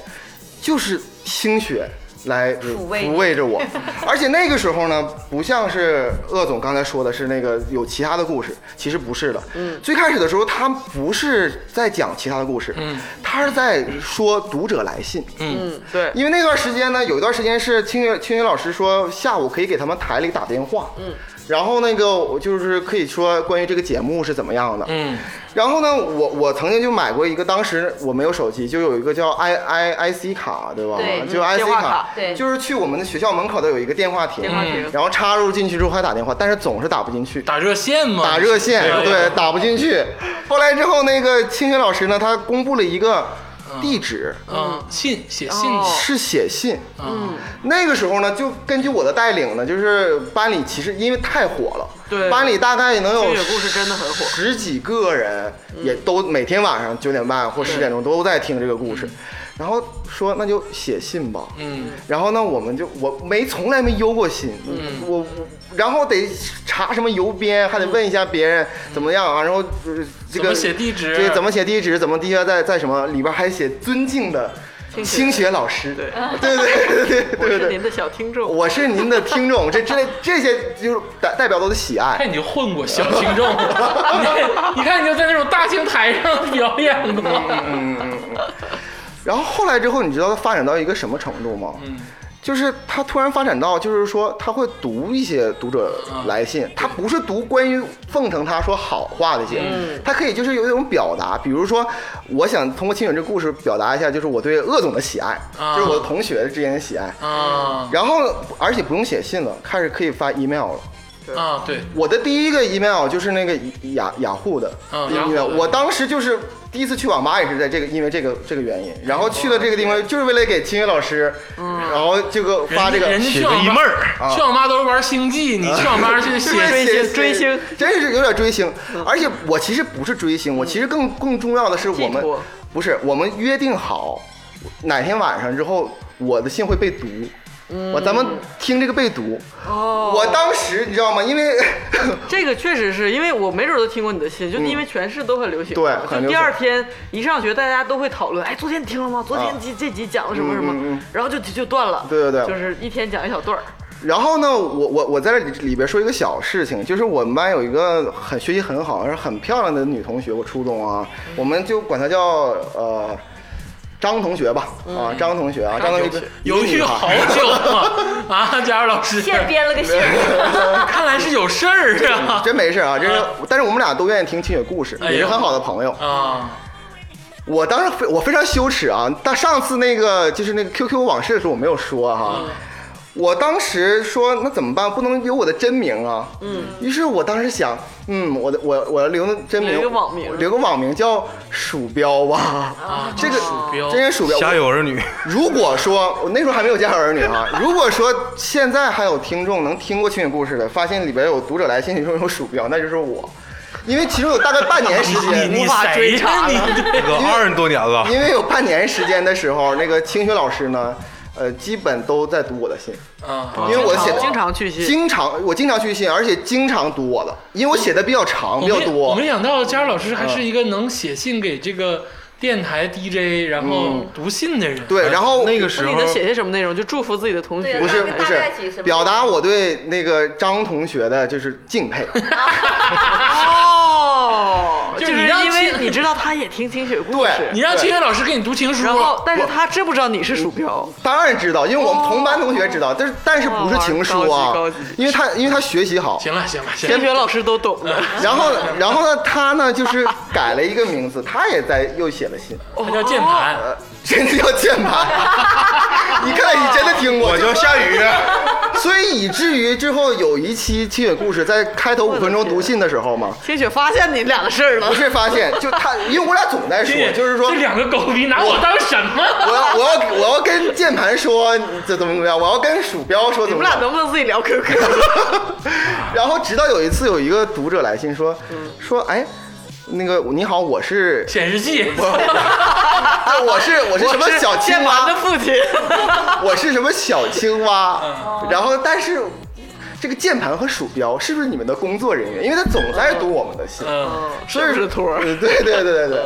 就是听雪。来呃抚慰抚慰着我，而且那个时候呢，不像是鄂总刚才说的是那个有其他的故事，其实不是的。嗯，最开始的时候他不是在讲其他的故事，嗯，他是在说读者来信。嗯，对， 因为那段时间呢，有一段时间是清月清月老师说下午可以给他们台里打电话，嗯，然后那个我就是可以说关于这个节目是怎么样的，嗯，然后呢，我我曾经就买过一个，当时我没有手机，就有一个叫 i i i c 卡，对吧？对就 i c 电话卡卡，对就是去我们的学校门口的有一个电话亭，嗯电话亭然后插入进去之后还打电话，但是总是打不进去，打热线嘛，打热线，对对，打不进去。后来之后，那个清学老师呢，他公布了一个地址，嗯，信写信哦是写信。嗯，那个时候呢，就根据我的带领呢，就是班里其实因为太火了，对班里大概能有这个故事真的很火十几个人嗯也都每天晚上九点半或十点钟都在听这个故事，然后说那就写信吧，嗯，然后呢，我们就我没从来没邮过信，嗯我我然后得查什么邮编，还得问一下别人怎么样啊，然后就是这嗯怎个么写地址对，怎么写地址，怎么地下在在什么里边还写尊敬的清雪老师，对对对对对对我对是对您。的小听众，我是您的听众，这这这些就是代代表了我的喜爱。看你就混过小听众， 你你看你就在那种大型台上表演过，嗯然后后来之后，你知道它发展到一个什么程度吗？嗯就是它突然发展到，就是说他会读一些读者来嗯信，他不是读关于奉承他说好话的信，嗯他可以就是有一种表达，比如说我想通过清醒这故事表达一下，就是我对鄂总的喜爱，啊就是我的同学之间的喜爱。啊，然后而且不用写信了，开始可以发 email 了。啊，对，我的第一个 email 就是那个雅雅虎的嗯雅虎 email，、的我当时就是第一次去网吧也是在这个，因为这个这个原嗯因，然后去了这个地方就是为了给清月老师，然后这个发这个人家写去个网吧 email 儿啊去网吧都是玩星 际，你去网吧去写对追写星追星，嗯真是有点追星。而且我其实不是追星，我其实更更重要的是我寄们托不是我们约定好哪天晚上之后我的信会被读。我咱们听这个被读，嗯哦我当时你知道吗？因为 这个确实是因为我没准都听过你的信，就因为全市都很流行。对就很流行第二天一上学，大家都会讨论，哎，昨天你听了吗？昨天啊这这集讲了什么什嗯嗯么嗯，然后就就断了。对对对就是一天讲一小段儿。然后呢，我我我在这里里边说一个小事情，就是我们班有一个很学习很好，而且很漂亮的女同学，我初中啊，嗯我们就管她叫呃张同学吧，啊嗯张同学啊，张同学犹一个豫女孩好久啊 啊，佳茹老师，现编了个信儿，看来是有事儿啊 真没事啊，这啊个，但是我们俩都愿意听清雪故事，哎呦也是很好的朋友。啊，我当时非我非常羞耻啊，但上次那个就是那个 QQ 往事的时候我没有说哈、嗯我当时说那怎么办？不能有我的真名啊。嗯。于是我当时想，嗯，我的我我留的真名，留一个网名留个网名叫鼠标吧。啊这个鼠标真是鼠标。家有儿 女，如果说我那时候还没有家有儿女啊， 如果说现在还有听众能听过情景故事的，发现里边有读者来信，其中有鼠标，那就是我，因为其中有大概半年时 间，你无法谁追查呀你？ 这个二十多年了，因为有半年时间的时候，那个清雪老师呢，呃，基本都在读我的信，啊，因为我写的经常去信经常我经常去信，而且经常读我的，因为我写的比较长，比较哦我多没。想到佳茹老师还是一个能写信给这个电台 DJ，然后读信的人。嗯对，然后那个时那候你能写些什么内容？就祝福自己的同学。不是大概不是几十吧表达我对那个张同学的就是敬 佩，哦，就就是是你让因亲为你知道他也听清雪故事对，你让清雪老师给你读情书，然后但是我他知不知道你是鼠标？当然知道，因为我们同班同学知道，但是但是不是情书哇啊哦高级高级，因为他因为他学习好，行了行了行清了，雪老师都懂的。然后然后呢他呢就是改了一个名字，他也在又写了信， 他叫键盘。呃，真的要键盘， 你看来你真的听过，我叫夏雨，所以以至于之后有一期清雪故事，在开头五分钟读信的时候嘛，清雪发现你俩的事儿了不，是发现就他，因为我俩总在说清雪，就是说这两个狗逼拿我当什么？我要我要我要跟键盘说这怎么怎么样，我要跟鼠标说你们怎么俩样，能不能自己聊 QQ？ 然后直到有一次有一个读者来信说嗯说哎，那个你好，我是显示器，对我是我是什么小青键盘蛙的，父亲，我是什么小青 蛙，哦然后但是。这个键盘和鼠标是不是你们的工作人员？因为他总在读我们的信，嗯，所以 是不是托儿 嗯对对对对对。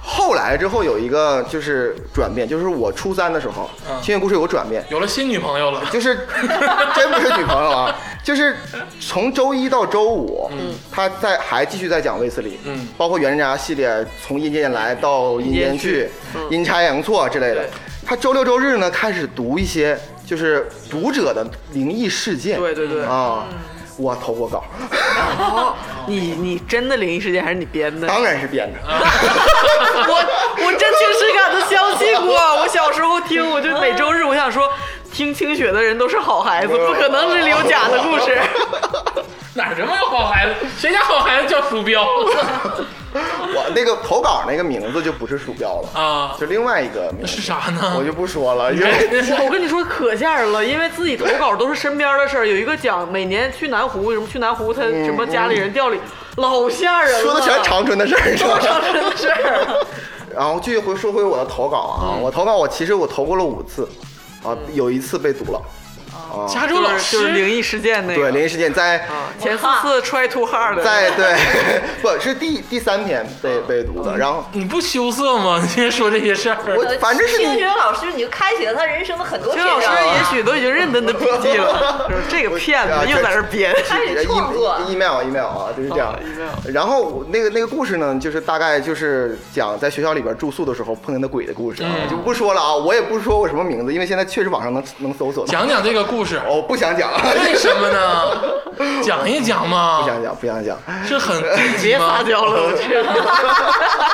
后来之后有一个就是转变，就是我初三的时候，嗯青云故事有个转变，有了新女朋友了。就是真不是女朋友啊，就是从周一到周五，他在还继续在讲卫斯理，嗯包括《原人家》系列，从阴间来到阴间去，阴差阳错之类的对。他周六周日呢开始读一些就是读者的灵异事件，对对对啊，我投过稿，哦，你你真的灵异事件还是你编 的？当然是编 的。我我真情实感的相信过。我小时候听，我就每周日我想说，听清雪的人都是好孩子，不可能只留假的故 事。哪这么有好孩子？谁家好孩子叫鼠标我那个投稿那个名字就不是鼠标了，啊？就另外一个名字是啥呢哎我就不说了，因为我我跟你说可吓人了，因为自己投稿都是身边的事儿。有一个讲每年去南湖，什么去南湖，他什么家里人掉里，老吓人了。嗯说的全是长春的事儿，是吧？真的是。 然后继续回说回我的投稿啊，我投稿我其实我投过了五次，啊，有一次被堵了，啊，加州就老是就是灵师，异事件那个。对，灵异事件在啊前四次 try too hard 的在对，不是第第三篇被被堵的，然后你不羞涩吗？你今天说这些事儿我，反正是呃清学你。老师，你就开启了他人生的很多 这篇老师章啊也许都已经认得你的笔记了，就是这个骗啊子又在这儿编。开始创作 e。email email 啊，就是这样啊。，email 然后我那个那个故事呢，就是大概就是讲在学校里边住宿的时候碰见的鬼的故事啊，嗯就不说了啊，我也不说我什么名字，因为现在确实网上能 能搜索到。讲讲这个故事，哦，不想讲， 为什么呢？讲一讲嘛不，想呃讲，不想讲。这很低级 别吗撒？娇了，我去！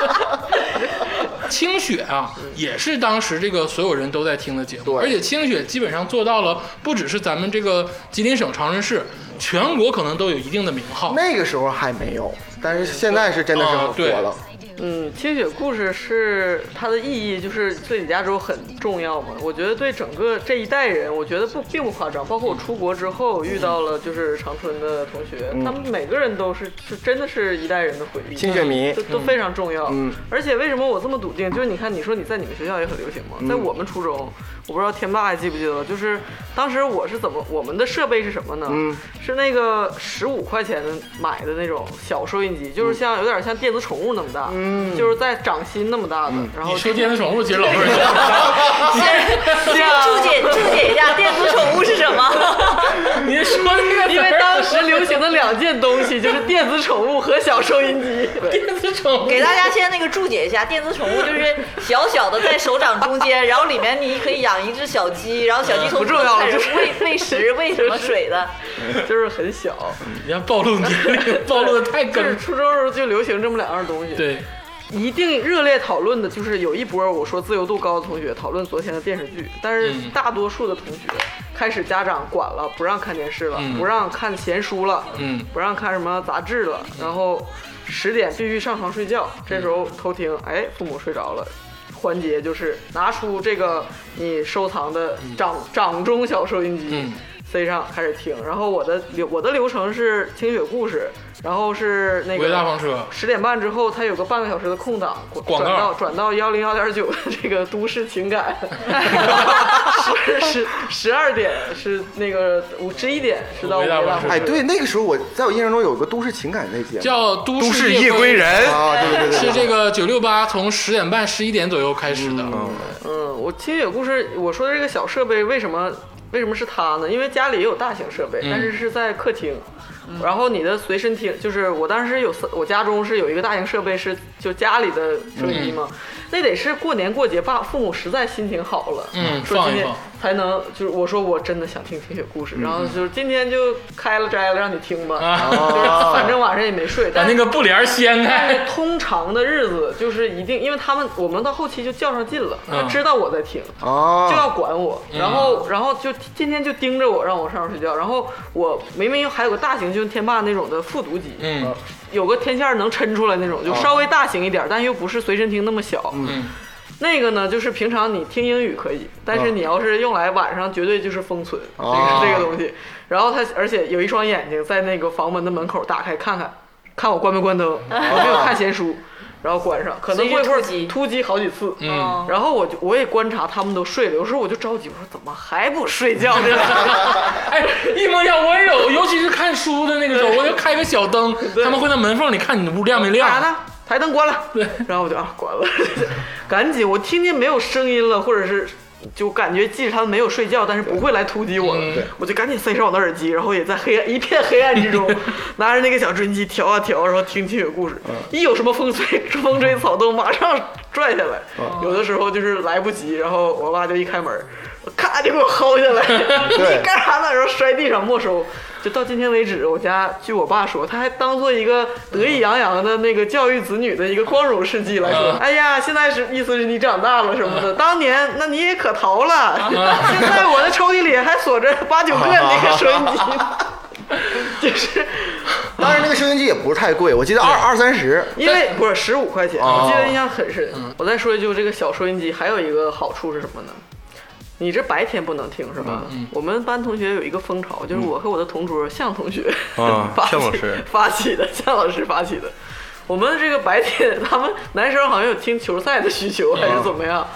清雪啊，也是当时这个所有人都在听的节目，对而且清雪基本上做到了，不只是咱们这个吉林省长春市，全国可能都有一定的名号。那个时候还没有，但是现在是真的是很啊火对了。嗯，清雪故事是它的意义，就是对李家洲很重要嘛。我觉得对整个这一代人，我觉得不并不夸张。包括我出国之后遇到了就是长春的同学，他们每个人都是是真的是一代人的回忆，清雪迷都都非常重要。嗯，而且为什么我这么笃定？就是你看，你说你在你们学校也很流行嘛，在我们初中，我不知道天霸还记不记得，就是当时我是怎么，我们的设备是什么呢？嗯是那个十五块钱买的那种小收音机，就是像有点像电子宠物那么大，嗯，就是在掌心那么大的，然后你说电子宠物，其实老多人都啊注解注解一下，电子宠物是什 么？ 你说这个词因为儿，啊当时流行的两件东西就是电子宠物和小收音机，电子宠物给大家先那个注解一下，电子宠物就是小小的在手掌中间，然后里面你可以养一只小鸡，然后小鸡从嗯不重要了开始就是喂 喂食、喂什么水的。就是很小，你看暴露年龄，暴露的太就跟是儿。初中时候就流行这么两样东西，。对，一定热烈讨论的就是有一波我说自由度高的同学讨论昨天的电视剧，但是嗯大多数的同学开始家长管了，不让看电视了，嗯不让看闲书了，嗯不让看什么杂志了，然后十点必须上床睡觉，这时候偷听，哎，父母睡着了。环节就是拿出这个你收藏的掌掌中小收音机，嗯塞上开始听。然后我的流我的流程是听雪故事，然后是那个维拉房车十点半之后，它有个半个小时的空档，广告转到转到幺零幺点九的这个都市 情感，十十十二点是那个五十一点是到维拉维晚拉市哎，对，那个时候我在我印象中有个都市情感类节目叫《都都市市夜归人人，啊，对对对是对，这个九六八从十点半、十一点左右开始的。嗯，我清雪故事我说的这个小设备为什么为什么是它呢？因为家里也有大型设备，嗯但是是在客厅。然后你的随身听，就是我当时有三，我家中是有一个大型设备，是就家里的收音机嘛，嗯那得是过年过节爸父母实在心情好了，嗯说放今一天放嗯才能就是我说我真的想听听雪故事，然后就是今天就开了摘了让你听吧，啊哦就是反正晚上也没睡，把但那个布帘儿掀但开是，通常的日子就是一定，因为他们我们到后期就较上劲了，他嗯知道我在听，就啊，要管我，然后然后就天天就盯着我，让我上床睡觉。然后我明明还有个大型，就是天霸那种的复读机，嗯有个天线儿能抻出来那种，就稍微大型一点，但又不是随身听那么小。嗯，那个呢，就是平常你听英语可以，但是你要是用来晚上，绝对就是封存，这哦个这个东西。然后他，而且有一双眼睛在那个房门的门口打开看看，看我关没关灯，我没有看闲书，然后关上，可能过一会儿随时突击突击好几次。嗯哦然后我就我也观察他们都睡了，有时候我就着急，我说怎么还不睡觉呢？ 哎，一模一样，我也有，尤其是看书的那个时候，我就开个小 灯，他们会在门缝里看你屋亮没亮。啊干啥呢？台灯关了。对然后我就啊关了， 赶紧我听见没有声音了，或者是就感觉即使他们没有睡觉，但是不会来突击我了，我就赶紧塞上我的耳机，然后也在黑暗一片黑暗之中，拿着那个小收音机调啊调，然后听听雪故事，一有什么风吹风吹草动，马上拽下来，有的时候就是来不及，然后我爸就一开门。咔就给我薅下来， 对你干啥呢？然后摔地上没收。就到今天为止，我家据我爸说，他还当做一个得意洋洋的那个教育子女的一个光荣事迹来说。嗯哎呀，现在是意思是你长大了什么的，当年那你也可淘了。 现在我的抽屉里还锁着八九个那个收音机呢， 就是当然那个收音机也不是太贵，我记得二二三十，因为不是十五块钱，哦我记得印象很深。嗯我再说一句，这个小收音机还有一个好处是什么呢？你这白天不能听是吧？嗯我们班同学有一个风潮，就是我和我的同桌向同学、啊 发起嗯向老师发起的，向老师发起的。我们这个白天， 他们男生好像有听球赛的需求，还是怎么样？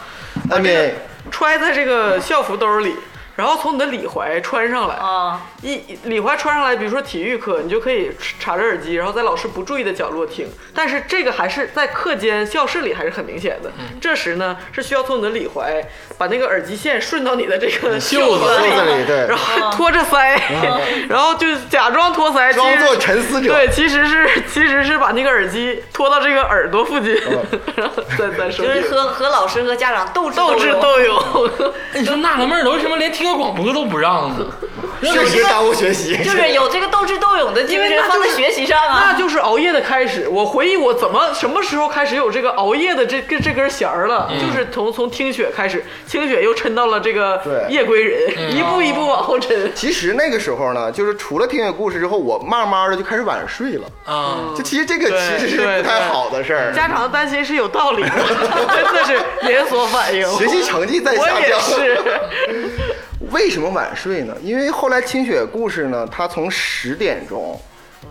那边揣在这个校服兜里，然后从你的里怀穿上来，啊，一李怀穿上来，比如说体育课，你就可以插着耳机，然后在老师不注意的角落听。但是这个还是在课间教室里还是很明显的。嗯这时呢，是需要从你的里怀把那个耳机线顺到你的这个袖袖子嗯袖里，子里对嗯然，嗯后拖着腮， 然后就假装托腮，其装实作沉思者，对，其实是其实是把那个耳机拖到这个耳朵附近，哦 然后再再说就。是和和老师和家长斗智斗智勇。斗勇，哎你说纳了闷儿了，为什么连听个广播都不让呢？确实耽误 学习。就是有这个斗智斗勇的精因为神那放就在是学习上那啊。就是熬夜的开始。我回忆我怎么什么时候开始有这个熬夜的这这这根弦儿了，就是从从听雪开始，听雪又抻到了这个对夜归人，一步一步往后抻。 其实那个时候呢，就是除了听雪故事之后，我慢慢的就开始晚睡了。啊，就其实这个其实是嗯对不太对好的事儿。家长的担心是有道理的，真的是连锁反应。学习成绩在我下也降。是，为什么晚睡呢？因为后来清雪故事呢，它从十点钟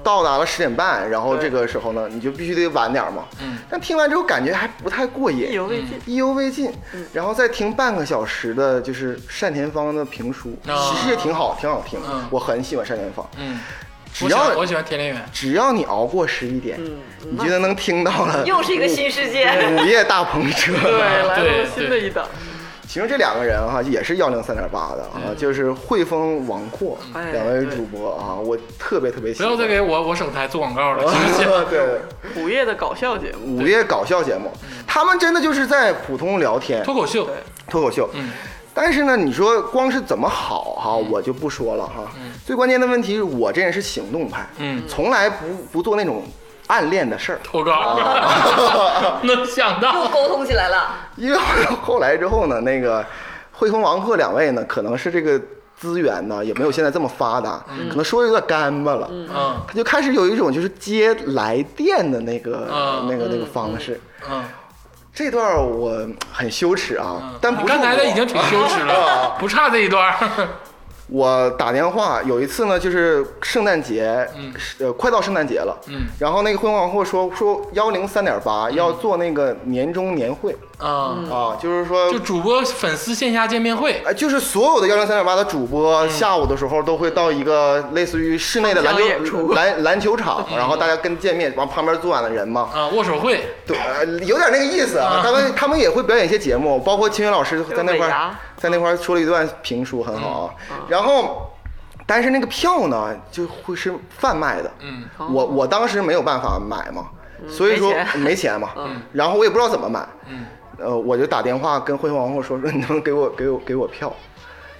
到达了十点半，然后这个时候呢，你就必须得晚点嘛。嗯。但听完之后感觉还不太过意瘾，犹未尽。意犹未尽，然后再听半个小时的，就是单田芳的评书，啊其实也挺好，挺好听的嗯。我很喜欢单田芳，嗯，只我喜欢要我喜欢田连元，只要你熬过十一点，你就能听到了又是一个新世界，嗯午夜大篷车。对，来到对了新的一档。其实这两个人哈、也是幺零三点八的啊，嗯就是汇丰王阔哎两位主播啊，我特别特别喜不欢。要再给我我 省台做广告了，行不行？ 对午夜的搞笑节目，午夜搞笑节目，他们真的就是在普通聊天脱口秀，脱口秀。嗯但是呢，你说光是怎么好哈、我就不说了哈、最关键的问题是我这人是行动派，嗯，从来不不做那种暗恋的事儿。啊脱稿， 能想又到，沟通起来了。因为后来之后呢，那个汇丰王鹤两位呢，可能是这个资源呢也没有现在这么发达，可能说的有点干巴了，嗯他就开始有一种就是接来电的那个、啊那个那个方式。嗯，这段儿我很羞耻啊，嗯但不是刚才我的已经挺羞耻 了，不差这一段儿，我打电话有一次呢，就是圣诞节，嗯是呃，快到圣诞节了，嗯然后那个婚王后说说幺零三点八要做那个年终年会、啊，啊，就是说就主播粉丝线下见面会，哎，就是所有的幺零三点八的主播，下午的时候都会到一个类似于室内的篮嗯放枪演球出嗯篮篮球 场，然后大家跟见面，往旁边坐满了人嘛，啊，握手会，对，呃有点那个意思啊。他们他们也会表演一些节目，包括清源老师在那这个块尾儿牙嗯在那块儿说了一段评书，很好啊。然后，但是那个票呢，就会是贩卖的，嗯我我当时没有办法买嘛，所以说哦嗯没钱嗯没 钱嘛，然后我也不知道怎么买，嗯呃，我就打电话跟汇丰王后说说你能给我给我给我票，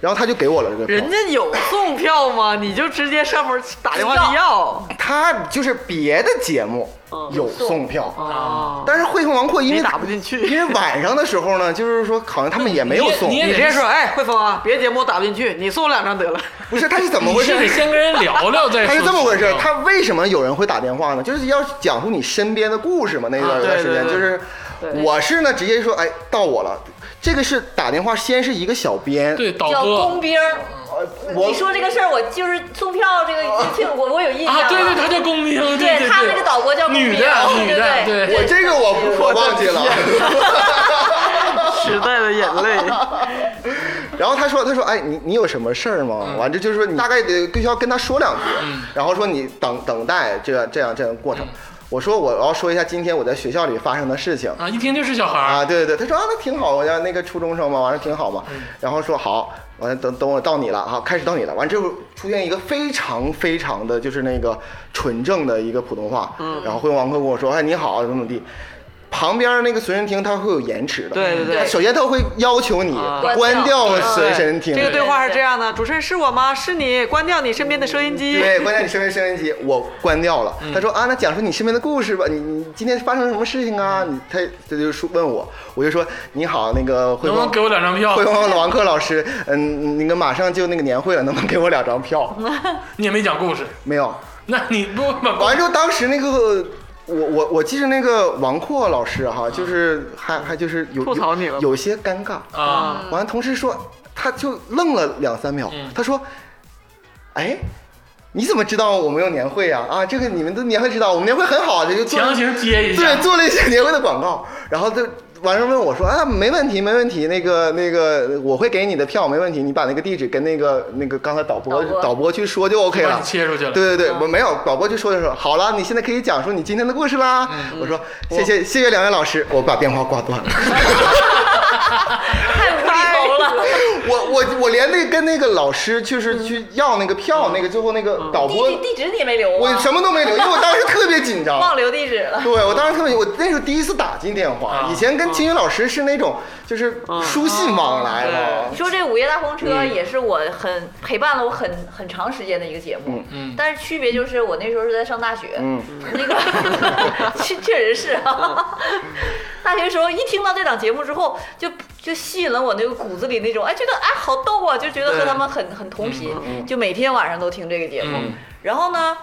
然后他就给我了这个票人，家有送票吗？你就直接上门打电话去要。他就是别的节目嗯有送票，哦，但是汇丰王后因为你打不进去 因为晚上的时候呢，就是说好像他们也没有送你，也你直接说，哎，汇丰啊，别节目我打不进去，你送我两张得了。不是他是怎么你回是事？得先跟人聊聊再说，他是这么回事，嗯他为什么有人会打电话呢？就是要讲述你身边的故事嘛。那段啊有段时对间，对对就是我是呢，直接说，哎，到我了。这个是打电话，先是一个小编，对导叫工播兵儿，我你说这个事儿，我就是送票这个听我我有印象了。哦 啊，对对，他叫工兵，对对对，他那个导播叫工兵女的对女的，对我这个我不我忘 记了。 时代的眼泪，然后他说，他说，哎，你你有什么事儿吗？完这就是说嗯你大概得必须要跟他说两句，然后说你等等待这样这样这样的过程。我说我要说一下今天我在学校里发生的事情。啊，一听就是小孩儿，啊，对对对，他说啊，那挺好，我家那个初中生嘛，完了挺好嘛。嗯然后说好，完了等等我到你了，好，开始到你了。完之后出现一个非常非常的就是那个纯正的一个普通话，嗯然后辉煌会跟我说，哎，你好，怎么怎么地。旁边那个随身听它会有延迟的，对对对它首先它会要求你啊关关掉掉随身听，这个对对话是这样的：主持人是我吗？是你，关掉你身边的收音机。关掉你身边收音机，我关掉了。嗯他说啊，那讲述你身边的故事吧，你你今天发生什么事情啊？嗯你他他就说问我，我就说你好，那个辉能不煌能给我两张 票汇？丰王克老师，嗯，那个马上就那个年会了，能不能给我两张 票？你也没讲故事，没有。那你不把完之后，当时那个我我我记着那个王阔老师哈，就是还还就是有嗯吐槽你了嗯有有些尴尬。啊，完了，同事说他就愣了两三秒嗯，他说：“哎。”你怎么知道我们有年会啊？啊，这个你们的年会知道，我们年会很好啊的，就做强行接一下，对，做了一些年会的广告，然后就完事问我说啊，没问题，没问题，那个那个我会给你的票，没问题，你把那个地址跟那个那个刚才导播导播嗯去说就 OK 就把了你。切出去了，对对对，我没有导播就说就说好了，你现在可以讲述你今天的故事啦。嗯我说谢谢谢谢两位老师，我把电话挂断 了。太无厘头了。我我我连那个跟那个老师就是去要那个票，那个最后那个导播地址地址你也没留我啊？什么都没留，因为我当时特别紧张。 忘留地址了。对，我当时特别，我那时候第一次打进电话，啊以前跟秦宇老师是那种就是书信往来嘛。说这《午夜大风嗯车》也是我很陪伴了我很很长时间的一个节目，嗯但是区别就是我那时候是在上大学，嗯，那个 确确实是啊，嗯 大学时候一听到这档节目之后，就就吸引了我那个骨子里那种哎觉得哎好逗啊，就觉得和他们很很同频，就每天晚上都听这个节目，嗯然后呢。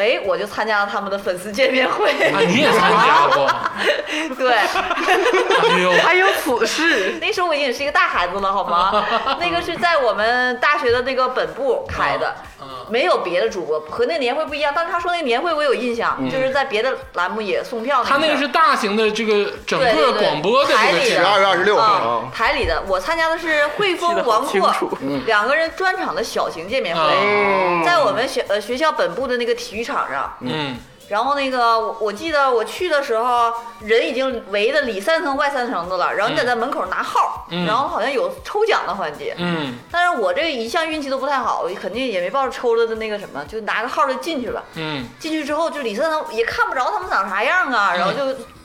哎，我就参加了他们的粉丝见面会，啊，你也参加过？ 对，哎呦，还有此 事，那时候我已经是一个大孩子了，好吗？那个是在我们大学的那个本部开的，嗯没有别的主播，和那年会不一样。但是他说那年会我有印象，就是在别的栏目也送票。嗯他那个个事是儿大型的这个整对对个对广播的这台个里节十目二月二十六啊号，嗯台里的，我参加的是汇丰记得王好清阔楚嗯两个人专场的小型见面啊会，嗯，在我们学呃学校本部的那个体育场上。嗯然后那个我我记得我去的时候，人已经围的里三层外三层的了，然后你得在门口拿号，嗯然后好像有抽奖的环节，嗯但是我这一向运气都不太好，我肯定也没抱着抽着的那个什么，就拿个号就进去了。嗯进去之后，就李三堂也看不着他们长啥样啊，然后就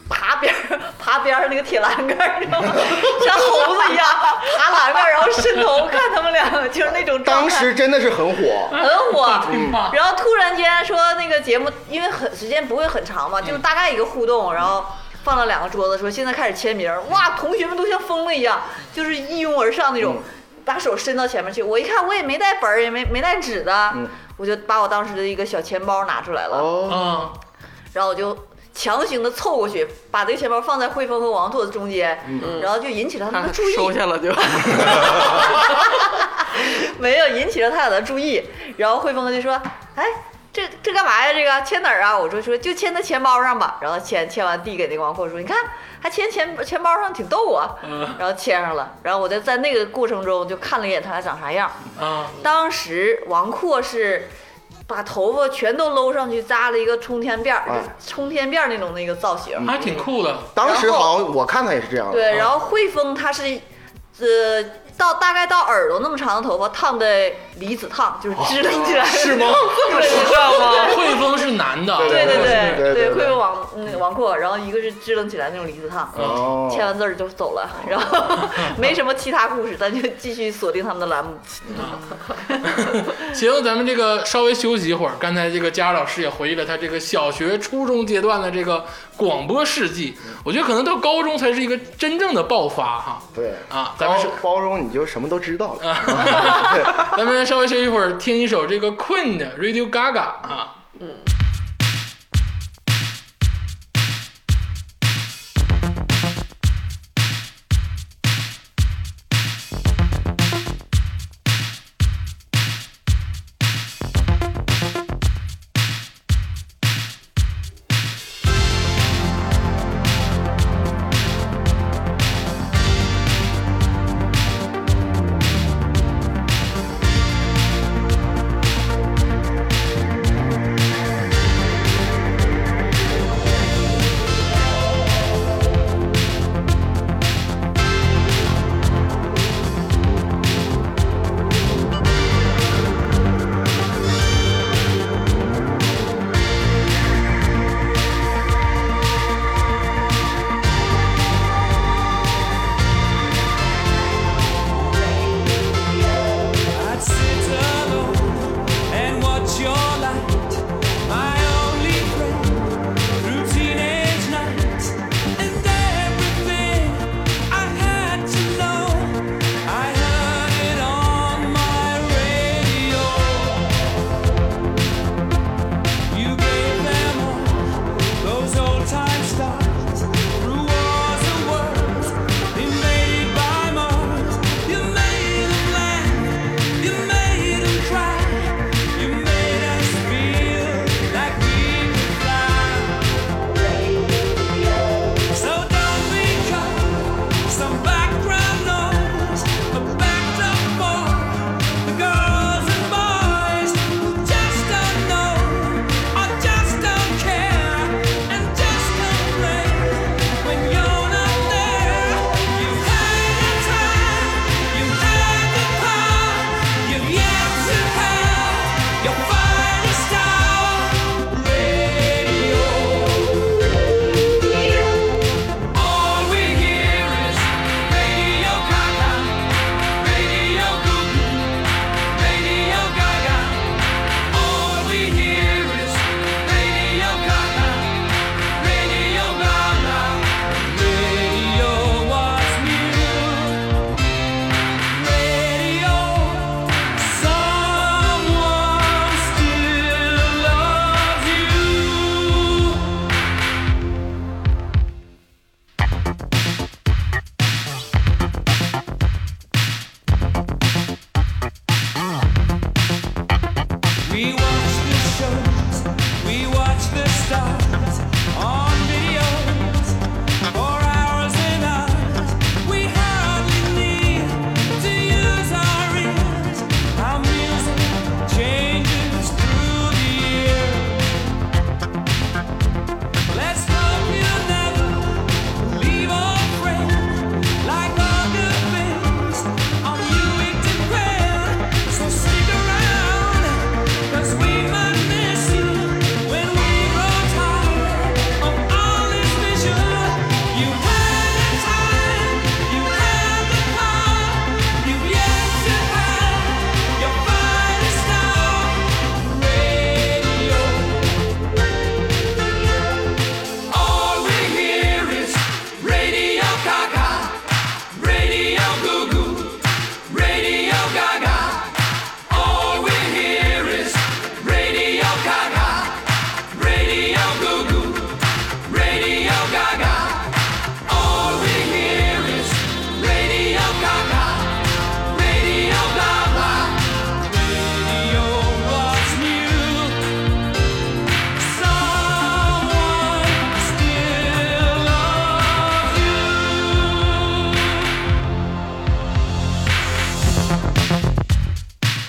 爬边儿 爬边上那个铁栏杆儿，你知道吗？像猴子一样爬栏杆儿，然后伸头看他们俩，就是那种状当态时真的是很火，啊很火妈。然后突然间说那个节目，因为很时间不会很长嘛，就大概一个互动，然后。放了两个桌子，说现在开始签名儿。哇，同学们都像疯了一样，就是一拥而上那种，把手伸到前面去。我一看，我也没带本儿，也没没带纸的，我就把我当时的一个小钱包拿出来了，哦，啊然后我就强行的凑过去，把这个钱包放在汇丰和王拓的中间，然后就引起了他们的 注意。收下了就。没有引起了他俩的注意，然后汇丰就说：“哎，这这干嘛呀？这个签哪儿啊？”我说：“说就签他钱包上吧。”然后签签完递给那个王阔说：“你看，还签钱钱包上挺逗啊。”然后签上了，然后我就在那个过程中就看了一眼他俩长啥样。啊当时王阔是把头发全都搂上去扎了一个冲天辫儿，哎冲天辫儿那种那个造型。还挺酷的。当时好像我看他也是这样的，对，然后汇丰它是，呃，到大概到耳朵那么长的头发烫的离子烫，就是哦支棱起来、是吗？对 知道吗？汇丰是男的，啊对对对对对汇丰王嗯王阔，然后一个是支棱起来那种离子烫。啊哦，签完字儿就走了，然后没什么其他故事，咱就继续锁定他们的栏目。 行，咱们这个稍微休息一会儿。刚才这个佳儿老师也回忆了他这个小学、初中阶段的这个广播事迹，我觉得可能到高中才是一个真正的爆发哈。对啊咱包们是啊包容你就什么都知道了， 咱们稍微休息一会儿，听一首这个 Queen 的 Radio Gaga 啊。 Thank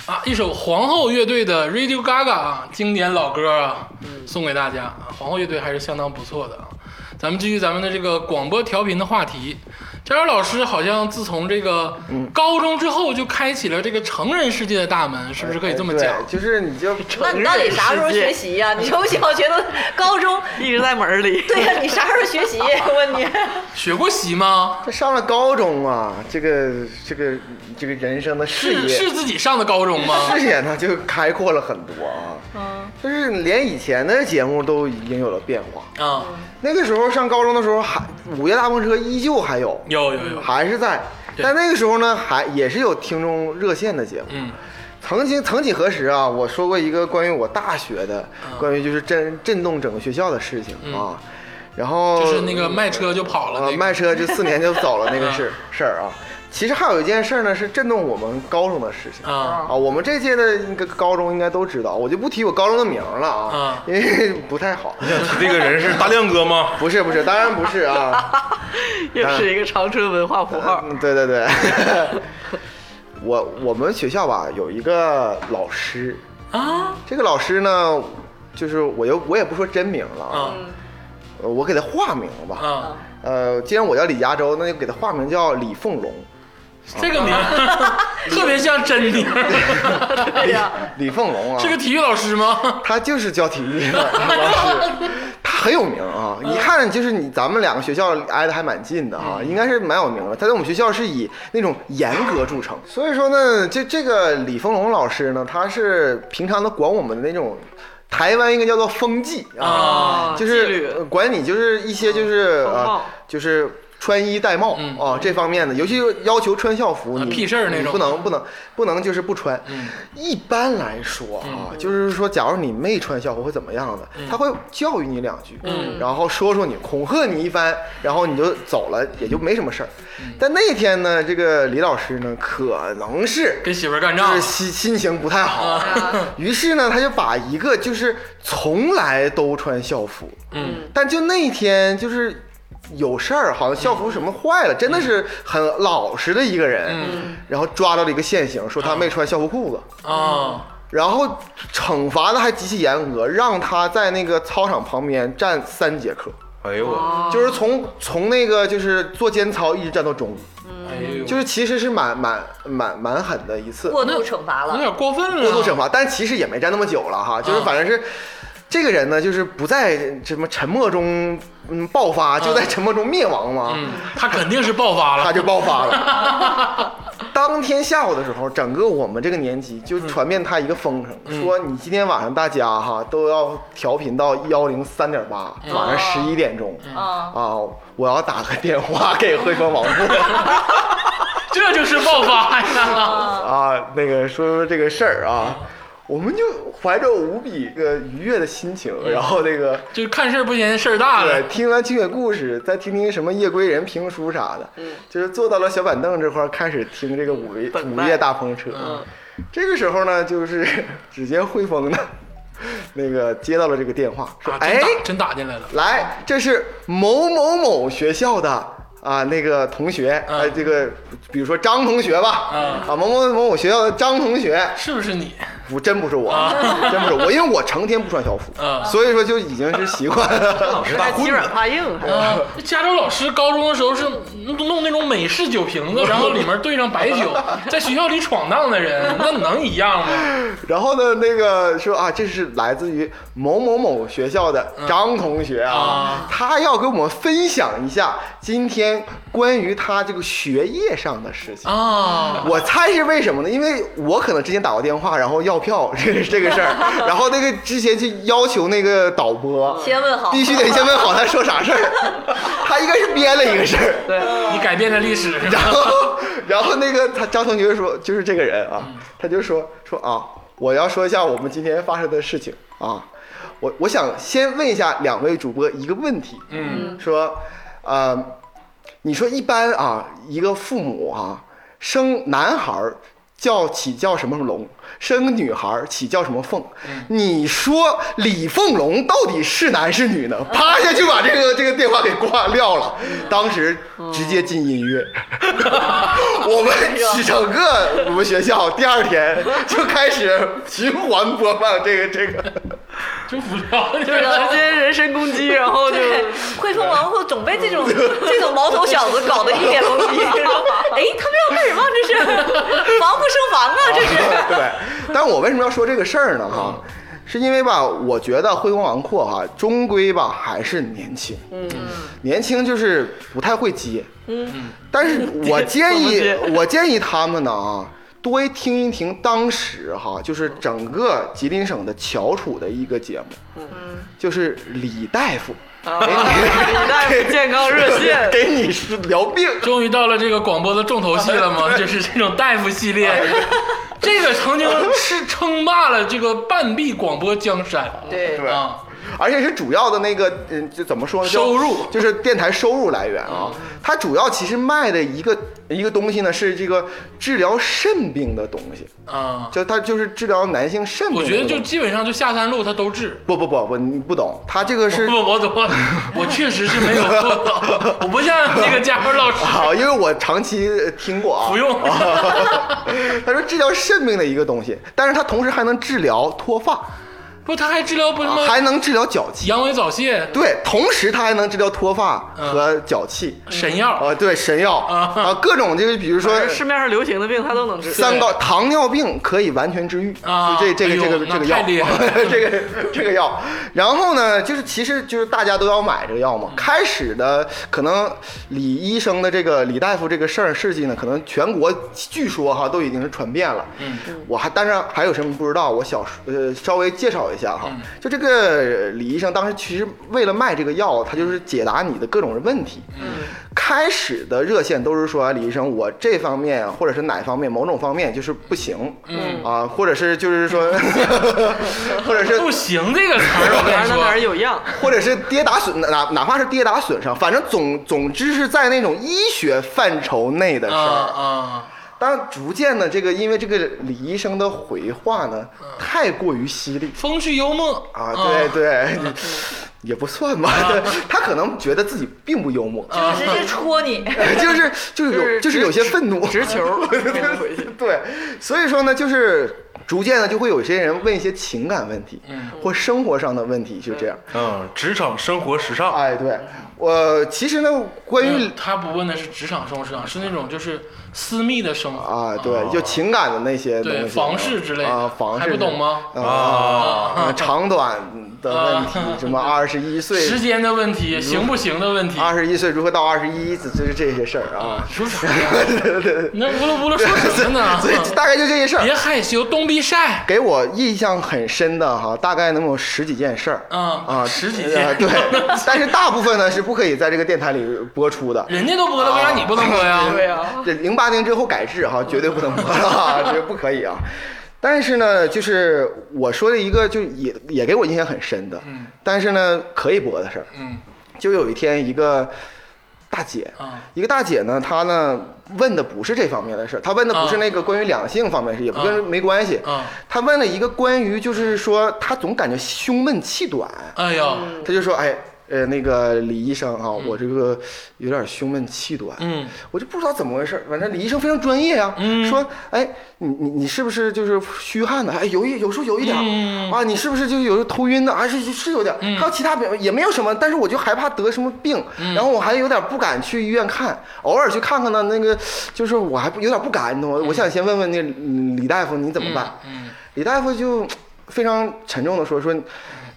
啊一首皇后乐队的 Radio Gaga 啊，经典老歌啊，嗯送给大家。啊皇后乐队还是相当不错的啊。咱们继续咱们的这个广播调频的话题。佳瑶老师好像自从这个嗯高中之后就开启了这个成人世界的大门，是不是可以这么讲？哎对就是 你就那你到底啥时候学习呀、你从小学到高中，一直在门儿里。对呀、你啥时候学习？ 我问 你，学过习吗？这上了高中啊，这个这个这个人生的是视野是自己上的高 中吗？视野呢就开阔了很多啊。嗯，就是连以前的节目都已经有了变化。啊，那个时候上高中的时候还《午夜大风车》依旧还有，有有有，还是在。对但那个时候呢，还也是有听众热线的节目。嗯曾经曾几何时啊，我说过一个关于我大学的，嗯关于就是震震动整个学校的事情啊。然后就是那个卖车就跑了呃，那个，嗯卖车就四年就走了那个事 事儿啊。其实还有一件事儿呢，是震动我们高中的事情啊我们这届的那个高中应该都知道，我就不提我高中的名儿了啊，啊因为不太好。这个人是大亮哥吗？不是不是，当然不是啊。又是一个长春文化符号。嗯，对对对。 我我们学校吧有一个老师，啊这个老师呢，就是我又我也不说真名了啊，啊呃我给他化名吧。啊，呃，既然我叫李加州，那就给他化名叫李凤龙。这个名儿 特别像真名嗯儿，对呀、李凤龙啊，哎是个体育老师吗？ 他就是教体育的老师，他很有名啊。一看就是你咱们两个学校挨得还蛮近的啊，应该是蛮有名的。他在我们学校是以那种严格著称，所以说呢，这这个李丰龙老师呢，他是平常都管我们的那种。台湾应该叫做风纪啊啊，就纪律是呃管你就是一些就是风呃貌就是穿衣戴帽啊嗯啊这方面的，尤其要求穿校服，啊你屁事儿那你种不能不能不能就是不穿。嗯一般来说啊，就是说，假如你没穿校服会怎么样的？他会教育你两句，嗯然后说说你，恐吓你一番，然后你就走了，也就没什么事儿。嗯但那天呢，这个李老师呢，可能是跟媳妇儿干就仗是心心情不太好，啊于是呢，他就把一个就是从来都穿校服，嗯，但就那天就是有事儿，好像校服什么坏了，真的是很老实的一个人，嗯然后抓到了一个现行，说他没穿校服裤子。啊然后惩罚的还极其严格，让他在那个操场旁边站三节课，哎呦我，就是从从那个就是做间操一直站到中午，哎呦，就是其实是蛮蛮蛮蛮狠的一次过度惩有罚了，点过分了，过度惩罚，但其实也没站那么久了哈，就是反正是。这个人呢，就是不在什么沉默中，嗯，爆发，就在沉默中灭亡嘛。嗯，他肯定是爆发他了，就爆发了。当天下午的时候，整个我们这个年级就传遍他一个风声，说你今天晚上大家哈都要调频到幺零三点八，晚上十一点钟、啊、啊，我要打个电话给汇丰网络这就是爆发呀！ 啊，那个说说这个事儿啊。我们就怀着无比呃愉悦的心情，然后那个就看事儿不嫌事儿嗯大对了，，听完清雪故事，再听听什么夜归人评书啥的，嗯就是坐到了小板凳这块儿，开始听这个午夜等午待夜大风车。嗯这个时候呢，就是只见汇丰的那个接到了这个电话，说：“啊，真哎，打真打进来了，来，这是某某某学校的。”啊，那个同学，嗯呃，这个，比如说张同学吧，嗯啊，某某某某学校的张同学，是不是你？不，真不是我，真不是我，因为我成天不穿校服，啊 嗯所以说就已经是习惯 了。老师还欺软怕 硬，还啊，加州老师高中的时候是弄那种美式酒瓶子，然后里面兑上白酒，在学校里闯荡的人，那能一样吗？然后呢，那个说啊，这是来自于某某某学校的张同学啊，嗯啊他要跟我们分享一下今天关于他这个学业上的事情。啊， 我猜是为什么呢？因为我可能之前打过电话，然后要票这个这个事儿，然后那个之前去要求那个导播先问好，必须得先问好他说啥 事儿，他应该是编了一个事儿。你改变了历史，然后， 然后那个他张同学说，就是这个人啊，他就说说啊，我要说一下我们今天发生的事情啊，我我想先问一下两位主播一个问题，嗯，说，呃，你说一般啊，一个父母啊生男孩儿叫起叫什么龙，生个女孩儿起叫什么凤。你说李凤龙到底是男是女呢？啪一下就把这个这个电话给挂撂了，当时直接进音乐。 我们整个我们学校第二天就开始循环播放这个这个。真无聊，就直接人身攻击，然后就对，汇丰王后总被这种这种毛头小子搞得一脸懵逼。哎，他们要干什么？这是防不胜防啊！这是。 对，但我为什么要说这个事儿呢？哈，是因为吧，我觉得恢宏王阔哈，终归吧还是年轻，嗯，年轻就是不太会接，嗯， 但是我建议接，我建议他们呢啊。多听一听当时哈，就是整个吉林省的翘楚的一个节目，嗯，就是李大夫，。啊，李大夫健 康热线 给你是聊病，终于到了这个广播的重头戏了 吗？就是这种大夫系啊列， 这个曾经是称霸了这个半壁广播江山。对对啊，而且是主要的那个，嗯，就怎么说呢？叫收入哦就是电台收入来源啊。它主要其实卖的一个一个东西呢，是这个治疗肾病的东西，啊，就它就是治疗男性肾病我的东觉西。得就基本上就下三路他都治。不不不不，你不懂，它这个是不，我怎 么，我确实是没有做到，我不像那个加班 老师，啊，因为我长期呃听过啊。不用。他说治疗肾病的一个东西，但是它同时还能治疗脱发，不，他还治疗不什啊么还能治疗脚气。阳痿早泄、对，同时它还能治疗脱发嗯和脚气。神药，啊，对，神药啊啊，各种就是比如说市面上流行的病，他都能治。 三高糖尿病可以完全治愈啊就这这哎个呦这个这个那太药厉害了， 这个这个药。然后呢，就是其实就是大家都要买这个药嘛。开始的可能李医生的这个李大夫这个事儿事迹呢，可能全国据说哈都已经是传遍了。嗯，我还但是还有什么不知道，我小呃稍微介绍一下哈。就这个李医生当时其实为了卖这个药，他就是解答你的各种问题。开始的热线都是说李医生，我这方面或者是哪方面某种方面就是不行，嗯啊，或者是就是说，或者是不行这个词儿，我跟哪儿你哪儿哪儿说，有样，或者是跌打损哪哪怕是跌打损伤，反正总总之是在那种医学范畴内的事啊儿。啊，但逐渐的这个，因为这个李医生的回话呢，太过于犀利。风趣幽默啊，嗯对对， 也不算吧，啊对 他可能觉得自己并不幽默，就直接戳你。 就是就是有就是有些愤怒，直 球给他回嗯去。对，所以说呢，就是逐渐的就会有些人问一些情感问题，嗯，或生活上的问题，就这样。嗯，职场生活时尚，哎，对我其实呢，关于嗯他不问的是职场生活，职场是那种就是私密的生活啊，对，就情感的那些东对西，房事之类的啊，房事还不懂吗嗯之类的啊啊，长短的问题，什么二十一岁。时间的问题、行不行的问题，二十一岁如何到二十一，这这这些事儿啊，说啥 呀？那乌噜乌噜说什么所以呢？啊大概就这些事儿。嗯别害羞，Don't be shy。给我印象很深的哈，大概能有十几件事儿。嗯啊，十几呃件，对， 但是大部分呢是不可以在这个电台里播出的。人家都播了，为啥你不能播啊呀？对呀，这零八年之后改制哈，绝对不能播了啊，这不可以啊。但是呢，就是我说的一个，就也也给我印象很深的，嗯但是呢可以播的事儿，嗯就有一天一个大姐，啊一个大姐呢，她呢问的不是这方面的事儿，她问的不是啊那个关于两性方面的事，也不啊跟没关系，啊！她问了一个关于就是说她总感觉胸闷气短，哎呦，他就说：“哎，呃，那个李医生啊，我这个有点胸闷气短，嗯，我就不知道怎么回事儿。反正李医生非常专业啊，嗯说，哎，你你你是不是就是虚汗呢？哎，有一有时候有一点儿、嗯啊，你是不是就是有时候头晕呢？啊，是是有点儿，还有其他表也没有什么，但是我就害怕得什么病，嗯然后我还有点不敢去医院看，偶尔去看看呢，那个就是我还不有点不敢，你懂吗？我想先问问那个李李大夫你怎么办？嗯李大夫就非常沉重的说：“说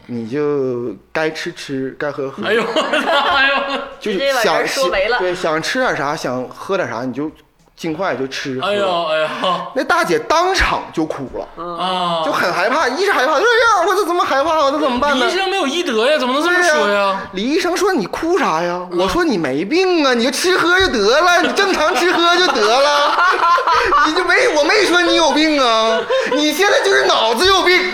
你就该吃吃，该喝喝，哎呦，哎呦，就是直接把想人说没了对，想吃点啥，想喝点啥，你就尽快就吃喝。哎呦，哎呦那大姐当场就哭了，嗯啊！就很害怕，一是害怕，哎呀，我这怎么害怕？我这怎么办呢医？生没有医德呀，怎么嗯能这么对说呀？李医生说：“你哭啥呀？”我说：“你没病啊，你就吃喝就得了，你正常吃喝就得 了，你就没我没说你有病啊，你现在就是脑子有病。”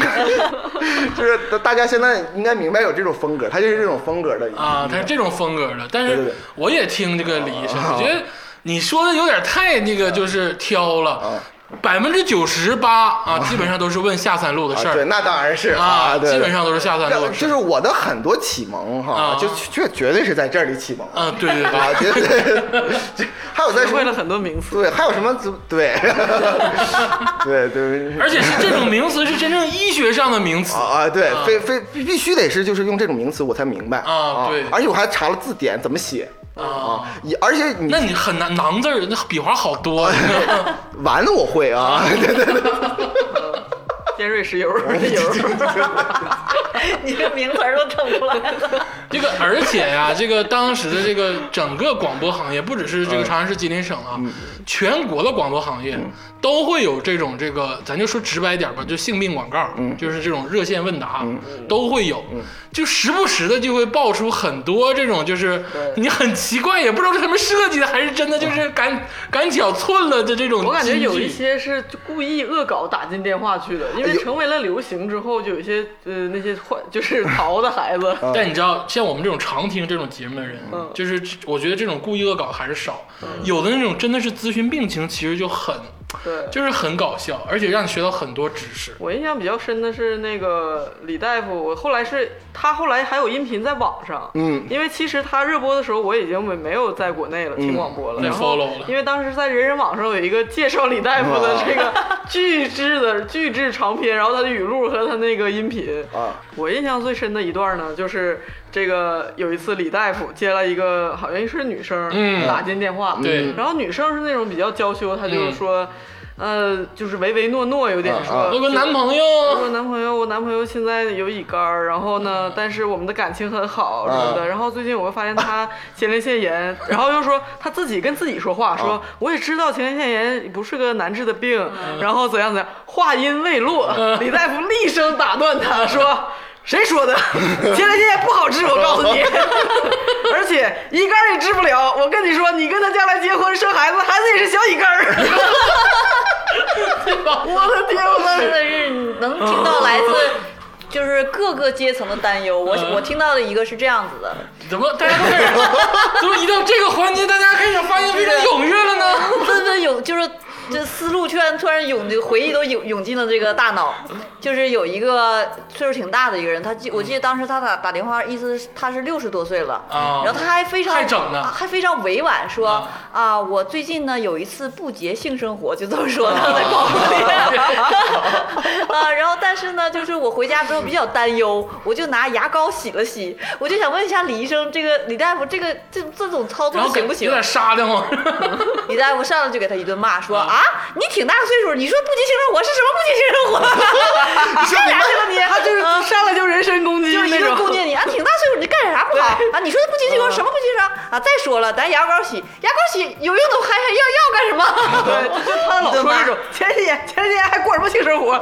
就是大家现在应该明白有这种风格，他就是这种风格的啊，他是这种风格的，但对对啊是对啊我也听这个李医生，我觉得你说的有点太那个就是挑了。百分之九十八啊，基本上都是问下三路的事啊对，儿那当然是啊，对，基本上都是下三路的事就儿。是我的很多启蒙哈啊，就确绝对是在这里启蒙的啊，对对对，啊，绝 对。这还有在学什会了么？很多名词。对，还有什么？ 对，对对。而且是这种名词是真正医学上的名词啊，啊，对，非非必必须得是就是用这种名词我才明白啊对嗯而且我还查了字典怎么写啊，也而且你那你很难囊字儿，那笔画好啊多。完了我会啊， 对对对，尖锐石油，油， 你这名词儿都整出来了。这个，而且呀、这个当时的这个整个广播行业，不只是这个长安市、吉林省啊，全国的广播行业都会有这种这个，咱就说直白点吧，就性病广告，就是这种热线问答、都会有，就时不时的就会爆出很多这种，就是你很奇怪，也不知道是他们设计的，还是真的就是赶赶巧寸了的这种金句。我感觉有一些是故意恶搞打进电话去的，因为成为了流行之后，就有一些呃那些坏就是 淘的孩子，但你知道，像我们这种常听这种节目的人，嗯就是这我觉得这种故意恶搞还是少，有的那种真的是咨询病情，其实就很，对。就是很搞笑，而且让你学到很多知识。我印象比较深的是那个李大夫，我后来是他后来还有音频在网上，嗯因为其实他热播的时候我已经没没有在国内了，听广播了，在然后 follow 了因为当时在人人网上有一个介绍李大夫的这 个巨制的巨制长篇，然后他的语录和他那个音频，啊，我印象最深的一段呢，就是这个有一次李大夫接了一个好像是女生嗯打进电话，对然后女生是那种比较娇羞，她就嗯说，呃，就是唯唯诺诺，有点说，啊啊我有个男朋友，我男朋友，我男朋友现在有乙肝儿，然后呢，但是我们的感情很好什么的。啊然后最近我会发现他前列腺炎，然后又说他自己跟自己说话，说我也知道前列腺炎不是个难治的病，然后怎样怎样。话音未落，李大夫厉声打断他说。谁说的？前列腺炎不好治，我告诉你， 而且乙肝儿也治不了。我跟你说，你跟他将来结婚生孩子，孩子也是小乙肝儿。 我的天，我当时真的是你能听到来自就是各个阶层的担忧。我我听到的一个是这样子的，怎么大家都开始，怎么一到这个环节，大家开始发言非常踊跃了呢？纷纷涌就是。这思路突然突然涌，就回忆都涌涌进了这个大脑。就是有一个岁数挺大的一个人，他记我记得当时他打打电话，意思是他是六十多岁了，啊然后他还非常太整了啊还非常委婉说啊啊我最近呢有一次不洁性生活，就这么哦说他在广播 里啊，然后但是呢，就是我回家之后比较担忧，我就拿牙膏洗了洗，我就想问一下李医生，这个李大夫这个这这种操然作后行 有不行？点沙的慌。 李大夫上来就给他一顿骂，说嗯啊，你挺大岁数，你说不洁性生活是什么不洁性生 活？你干啥去了你？嗯他就是上来就人身攻击就是一那顿种，嗯攻击你啊！挺大岁数，你干啥不好啊？你说不洁净生活什么不洁净生活啊？再说了，咱牙膏洗，牙膏洗有用的还还要要干什么？ 对，就他老说这种前些年前些年还过什么性生 活，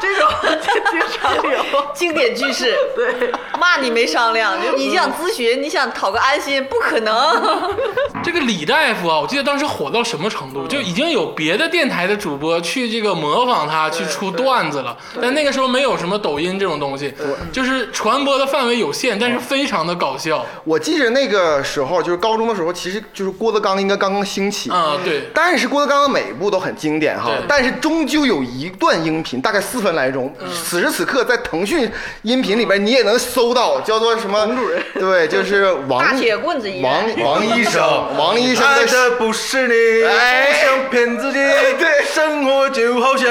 这种经常有。经典句式，对，骂你没商量，就你想咨询，你想讨个安心，不可能。这个李大夫啊，我记得当时火到什么程度，就已经有别的电台的主播去这个模仿他去出段子了。但那个时候没有什么抖音这种东西，就是传播的范围有限，但是非常的搞笑我记着那个时候就是高中的时候，其实就是郭德纲应该刚刚兴起啊！对，但是郭德纲的每一部都很经典哈对，但是终究有一段音频，大概四分来嗯钟，此时此刻在腾讯音频里边你也能搜到，叫做什么？王主任 对，就是王大铁棍子一王人王医生， 王医生爱的的不是你，哎不想骗自己，对生活就好 像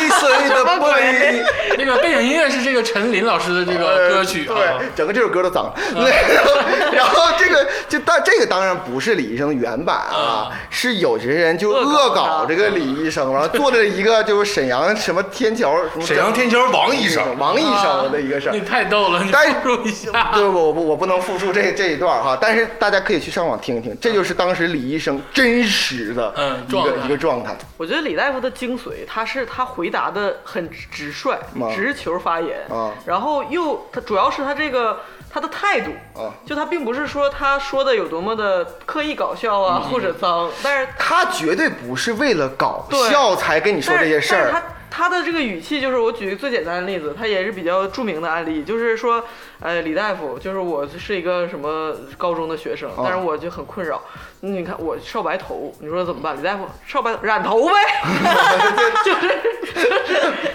易碎的玻璃。那个背景音乐是这个陈琳老师的这个歌曲啊。呃对，整个这首歌都脏了。嗯对， 然后这个就但这个当然不是李医生的原版嗯啊，是有些人就恶搞这个李医生，然后做了一个就是桥沈阳什么天桥什么沈阳天桥王医生，王医生的一个事儿你。太逗了，你但是复述一 下。对，我不我不能复述这这一段哈，但是大家可以去上网听一听，这就是当时李医生真实的嗯一个状态一个状态。我觉得李大夫的精髓，他是他回答的很直率啊，直球发言啊，然后又他主要是他这个他的态度啊，就他并不是说他说的有多么的刻意搞笑啊嗯或者脏，但是他绝对不是为了搞对笑才跟你说但这是些事但是儿，他他的这个语气就是，我举一个最简单的例子，他也是比较著名的案例，就是说，呃，李大夫，就是我是一个什么高中的学生，哦但是我就很困扰，你看我少白头，你说怎么办？李大夫，少白染头 呗， 就是就是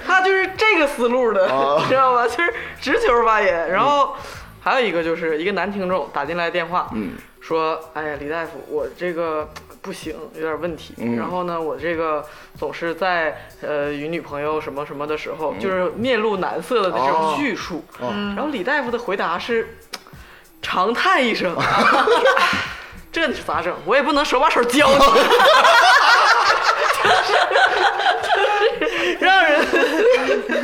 他就是这个思路的，哦知道吧？就是直球发言。然后还有一个就是一个男听众打进来电话，嗯说，哎呀，李大夫，我这个不行，有点问题。嗯然后呢，我这个总是在呃与女朋友什么什么的时候，就是面露难色的那嗯哦种叙述。哦然后李大夫的回答是，长叹一 声， 这你咋整？我也不能手把手教你。 就是让人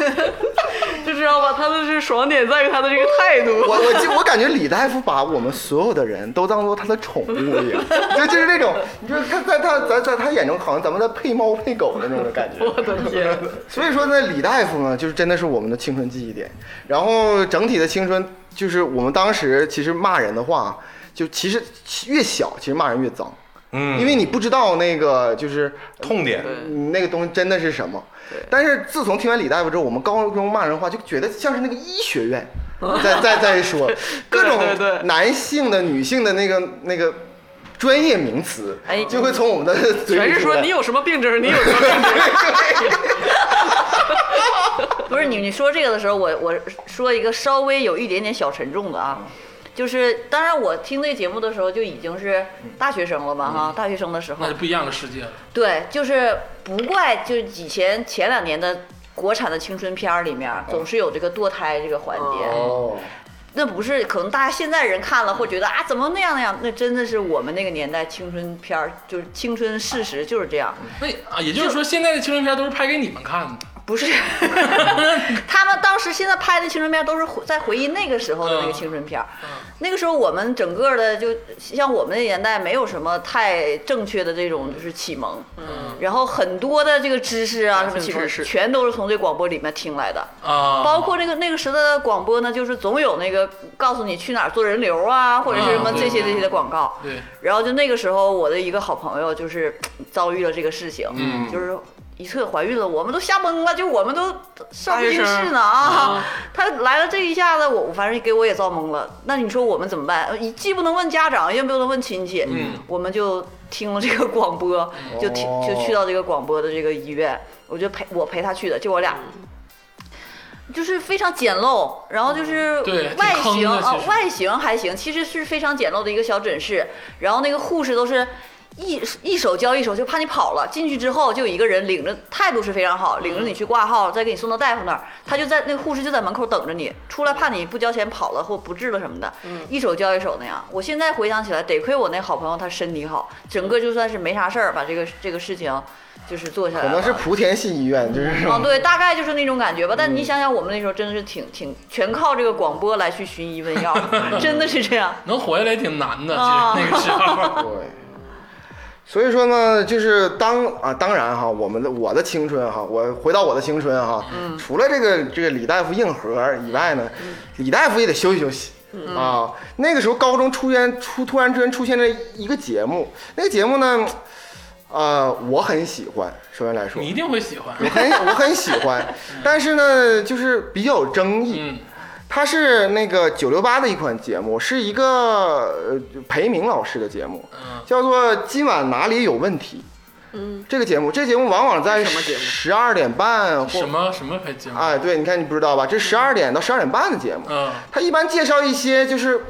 就知道吧，他的是爽点在于他的这个态度。我我记我感觉李大夫把我们所有的人都当做他的宠物一样，就就是那种，你说他在他在在他眼中好像咱们在配猫配狗的那种感觉。我的天！ 所以说呢，李大夫呢，就是真的是我们的青春记忆点。然后整体的青春，就是我们当时其实骂人的话，就其实越小，其实骂人越脏，嗯，因为你不知道那个就是痛点，对嗯那个东西真的是什么。但是自从听完李大夫之后，我们高中骂人话就觉得像是那个医学 院在在在说各种对对男性的、女性的那个那个专业名词哎，就会从我们的嘴里全是出说来你有什么病症，你有什么病症。不是你你说这个的时候，我我说一个稍微有一点点小沉重的嗯啊，就是当然我听这节目的时候就已经是大学生了吧哈，大学生的时候嗯那就，不一样的世界了。对，就是不怪就是以前前两年的国产的青春片儿里面嗯总是有这个堕胎这个环节，哦，那不是可能大家现在人看了会觉得啊怎么那样那样，那真的是我们那个年代青春片儿就是青春事实就是这样，那啊，也就是说，现在的青春片都是拍给你们看的。不 是，他们当时现在拍的青春片都是回在回忆那个时候的那个青春片儿。那个时候我们整个的就像我们那年代没有什么太正确的这种就是启蒙，嗯然后很多的这个知识啊性什么启蒙知识全都是从这广播里面听来的，啊，包括那个那个时代的广播呢，就是总有那个告诉你去哪儿做人流啊，或者是什么嗯这些嗯这些的广告。对，然后就那个时候，我的一个好朋友就是遭遇了这个事情，嗯就是一侧怀孕了，我们都吓懵了，就是我们都少不经大事学呢啊。他来了这一下子，我我反正给我也遭懵了。那你说我们怎么办？呃你既不能问家长，也不能问亲戚，嗯我们就听了这个广播，就听哦就去到这个广播的这个医院，我就陪我陪他去的，就我俩。嗯就是非常简陋，然后就是哦对挺外坑形的啊其，实外形还行，其实是非常简陋的一个小诊室。然后那个护士都是一一手教一手，就怕你跑了。进去之后就有一个人领着，态度是非常好，领着你去挂号，再给你送到大夫那儿。他就在那个护士就在门口等着你，出来怕你不交钱跑了或不治了什么的，一手教一手那样。我现在回想起来，得亏我那好朋友他身体好，整个就算是没啥事儿，把这个这个事情就是做下来可了。能是莆田系医院，就是这种哦，对，大概就是那种感觉吧。但嗯你想想，我们那时候真的是挺挺全靠这个广播来去寻医问药， 真的是这样。能活下来挺难的，啊其实那个时候。对，所以说呢，就是当啊，当然哈，我们的我的青春哈，我回到我的青春哈，嗯除了这个这个李大夫硬核以外呢，李大夫也得休息休息。嗯啊，那个时候高中出现出突然之间出现了一个节目，那个节目呢，呃，我很喜欢。首先来说你，一定会喜欢，我很我很喜 欢，但是呢，就是比较有争议。嗯，它是那个九六八的一款节目，是一个呃裴明老师的节目，嗯叫做《今晚哪里有问题》。嗯，这个节目，这个节目往往在什么节目十二点半或什么什么拍节目？哎，对，你看你不知道吧？这十二点到十二点半的节目，嗯它一般介绍一些就是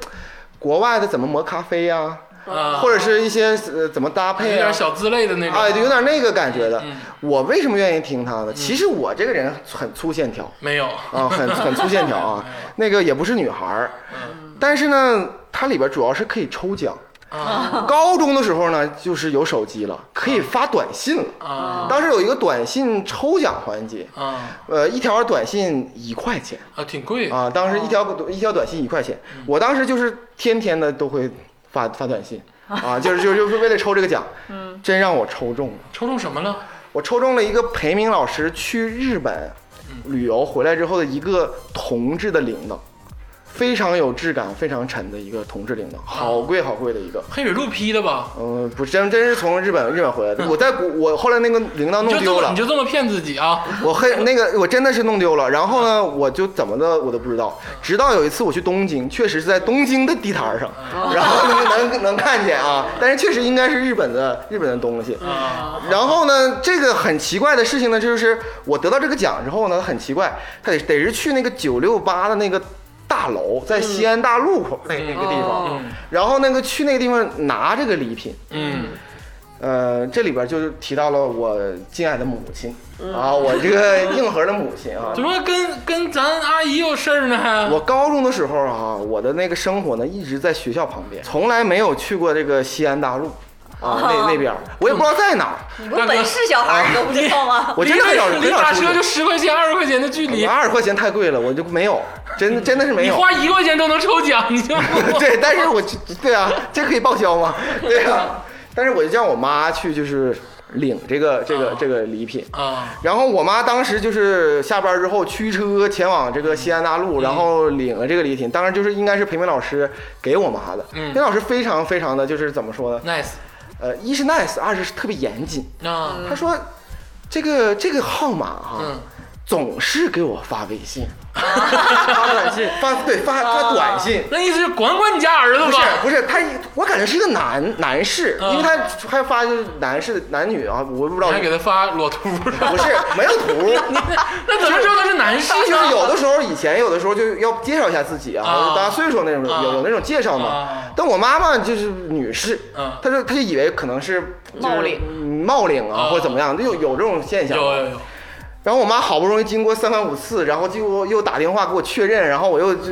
国外的怎么磨咖啡呀、啊，或者是一些呃怎么搭有配啊点，小资类的那种。哎，对，有点那个感觉的嗯。我为什么愿意听它呢？其实我这个人很粗线条。没有。啊，很很粗线 条啊，那个也不是女孩儿，嗯但是呢，它里边主要是可以抽奖。啊高中的时候呢，就是有手机了，可以发短信了。啊当时有一个短信抽奖环节，啊呃，一条短信一块钱啊，嗯挺贵。啊，当时一条一条短信一块钱，我当时就是天天的都会发发短 信啊，就是就是就是为了抽这个奖，嗯，真让我抽中了。抽中什么了？我抽中了一个裴明老师去日本旅游回来之后的一个铜制的铃铛，非常有质感、非常沉的一个同质领的，好贵好贵的一个。黑水路批的吧？嗯，不是真真是从日本日本回来的。我在古我后来那个铃铛你啊弄就这丢么了嗯你，就这么骗自己啊？我黑那个我真的是弄丢了。然后呢，我就怎么的我都不知道，直到有一次我去东京，确实是在东京的地摊上，嗯然后能能能看见啊，但是确实应该是日本的日本的东西。啊，然后呢，这个很奇怪的事情呢，就是我得到这个奖之后呢，很奇怪，他得得是去那个九六八的那个大楼，在西安大路口那那个地方，嗯然后那个去那个地方拿这个礼品。嗯，呃，这里边就是提到了我敬爱的母亲、嗯啊，我这个硬核的母 亲啊怎。么跟跟咱阿姨有事儿呢？我高中的时候啊，我的那个生活呢一直在学校旁嗯边，从来没有去过这个西安大路啊哦那那边儿，我也不知道在哪儿，你不大哥本市小孩儿，你都不知道吗？ 我真的很少离很少打出去车就十块钱、二十块钱的距离，二十块钱太贵了，我就没有，真真的是没你有。花一块钱都能抽奖，你就 对，但是我对啊，这可以报销吗？ 对啊，但是我就叫我妈去，就是领这个这个这个礼品。啊，然后我妈当时就是下班之后驱车前往这个西安大路，然后领了这个礼品。当然就是应该是培明老师给我妈的。嗯培明老师非常非常的就是怎么说呢？ nice 呃，一是 nice，二是是特别严谨。啊，他说这个这个号码哈、嗯，总是给我发微信， 发短啊信，发对发发短信。那意思是管管你家儿不子是吧？不是，他我感觉是一个男男士，嗯因为他还发就是男士男女啊，我不知道你，还给他发裸图， 不 是没有图，那怎么知道他是男士啊就呢？是有的时候以前有的时候就要介绍一下自己啊，啊大家岁数那种啊有有那种介绍嘛啊。但我妈妈就是女士嗯，她就她就以为可能是就是冒领嗯冒领啊啊或者怎么样，就有有这种现象。有有有，然后我妈好不容易经过三番五次，然后就又打电话给我确认，然后我又就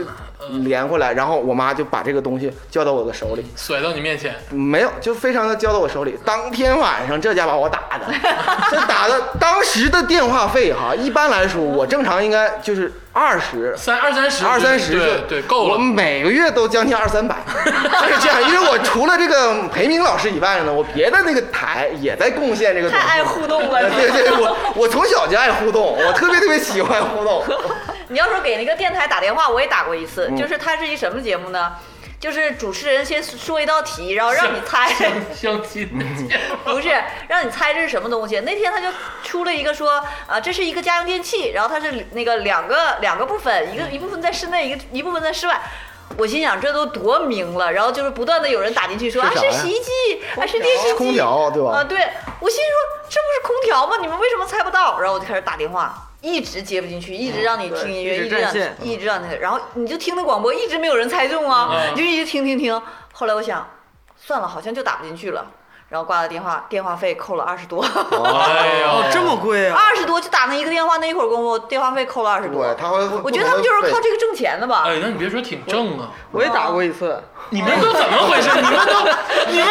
连回来，然后我妈就把这个东西交到我的手里。甩到你面前，没有，就非常的交到我手里。当天晚上，这家把我打的， 这打的当时的电话费哈，一般来说我正常应该就是二十。三二三十，二三十对对，够我了。每个月都将近二三百， 就是这样。因为我除了这个裴明老师以外呢，我别的那个台也在贡献这个东太西。爱互动了，对对，我我从小就爱互动，我特别特别喜欢互动。 你要说给那个电台打电话，我也打过一次，嗯就是它是一什么节目呢？就是主持人先说一道题，然后让你猜，哎相亲的节目 不是让你猜这是什么东西。那天他就出了一个说，啊，这是一个家用电器，然后它是那个两个两个部分，一个嗯一部分在室内，一个一部分在室外。我心想这都多明了，然后就是不断的有人打进去说啊是啥呀是洗衣机，啊是电视机，空调对吧啊对，我心说这不是空调吗？你们为什么猜不到？然后我就开始打电话，一直接不进去，嗯一直让你听音乐，对一一直直占让线嗯一直让那个，然后你就听那广播，一直没有人猜中啊，嗯你就一直听听听。后来我想，算了，好像就打不进去了，然后挂了电话，电话费扣了二十多，哎呦哦，这么贵啊！二十多就打那一个电话，那一会儿功夫电话费扣了二十多对，。他会。我觉得他们就是靠对。这个挣钱的吧。哎，那你别说挺正啊，我也打过一次，你们都怎么回事？你们都你们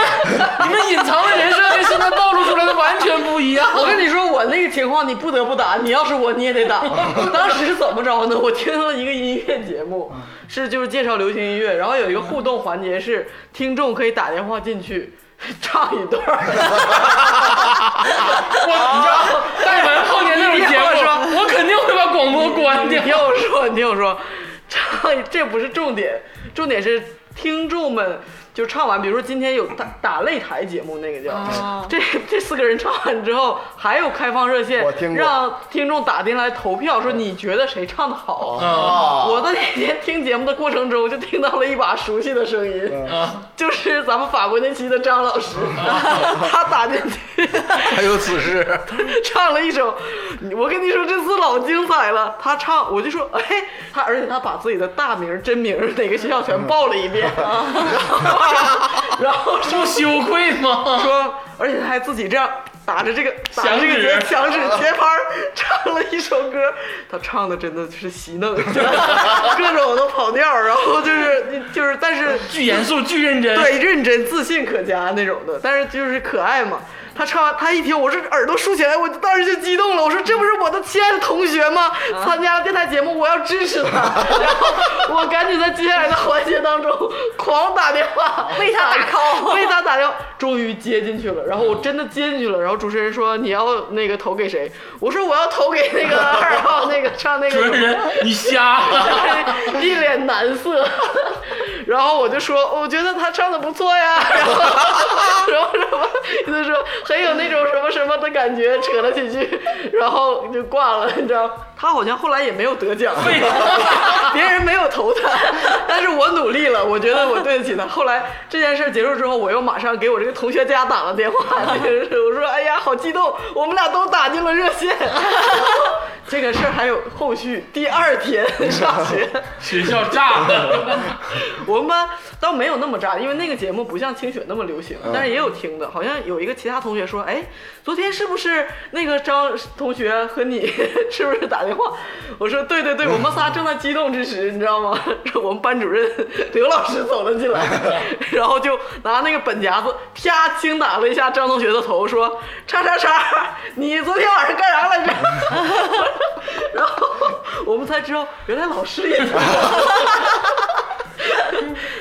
你们隐藏的人设跟现在暴露出来的完全不一样。我跟你说，我那个情况你不得不打，你要是我你也 得打。当时是怎么着呢？我听了一个音乐节目，是就是介绍流行音乐，然后有一个互动环节是听众可以打电话进去唱一段 儿，我你知道，但凡碰见那种节哦目，我肯定会把广播关 你听掉。我说，你听我说，唱这不是重点，重点是听众们就唱完，比如说今天有打打擂台节目那个叫，这这四个人唱完之后，还有开放热线我听，过让听众打进来投票，说你觉得谁唱的好。啊哦我在那天听节目的过程中，就听到了一把熟悉的声音，嗯啊！就是咱们法国那期的张老师，哦他打进去，还有此事， 唱了一首，我跟你说这次老精彩了。他唱，我就说，哎，他而且他把自己的大名、真名、哪个学校全报了一遍， 然后说不羞愧吗？说，而且他还自己这样打着这个打着这个响节指响指节拍儿唱了一首歌，他唱的真的就是洗弄， 各种都跑调儿，然后就是就是，但是巨严肃，巨认真。对认真自信可嘉那种的，但是就是可爱嘛。他唱完，他一听，我这耳朵竖起来，我当时就激动了。我说这不是我的亲爱的同学吗？啊参加了电台节目，我要支持他。 然后我赶紧在接下来的环节当中狂打电话， 为他打 call 为他打电话，终于接进去了。然后我真的接进去了。然后主持人说你要那个投给谁？我说我要投给那个二号那个唱那个主持人，你瞎了。 一脸难色。然后我就说，我觉得他唱的不错呀，然后什么什么，就是说很有那种什么什么的感觉，扯了几句，然后就挂了，你知道吗？他好像后来也没有得 奖， 别人没有投他，但是我努力了，我觉得我对得起他。后来这件事结束之后，我又马上给我这个同学家打了电话，就是我说，哎呀，好激动，我们俩都打进了热线。 这个事儿还有后续，第二天上学。学校炸了， 我们班倒没有那么炸，因为那个节目不像清雪那么流行，但是也有听的。好像有一个其他同学说，哎，昨天是不是那个张同学和你 是不是打电话？我说对对对，我们仨正在激动之时，你知道吗？ 我们班主任刘老师走了进来，然后就拿那个本夹子啪轻打了一下张同学的头，说：“叉叉叉，你昨天晚上干啥来着？” 然后我们才知道，原来老师也知道。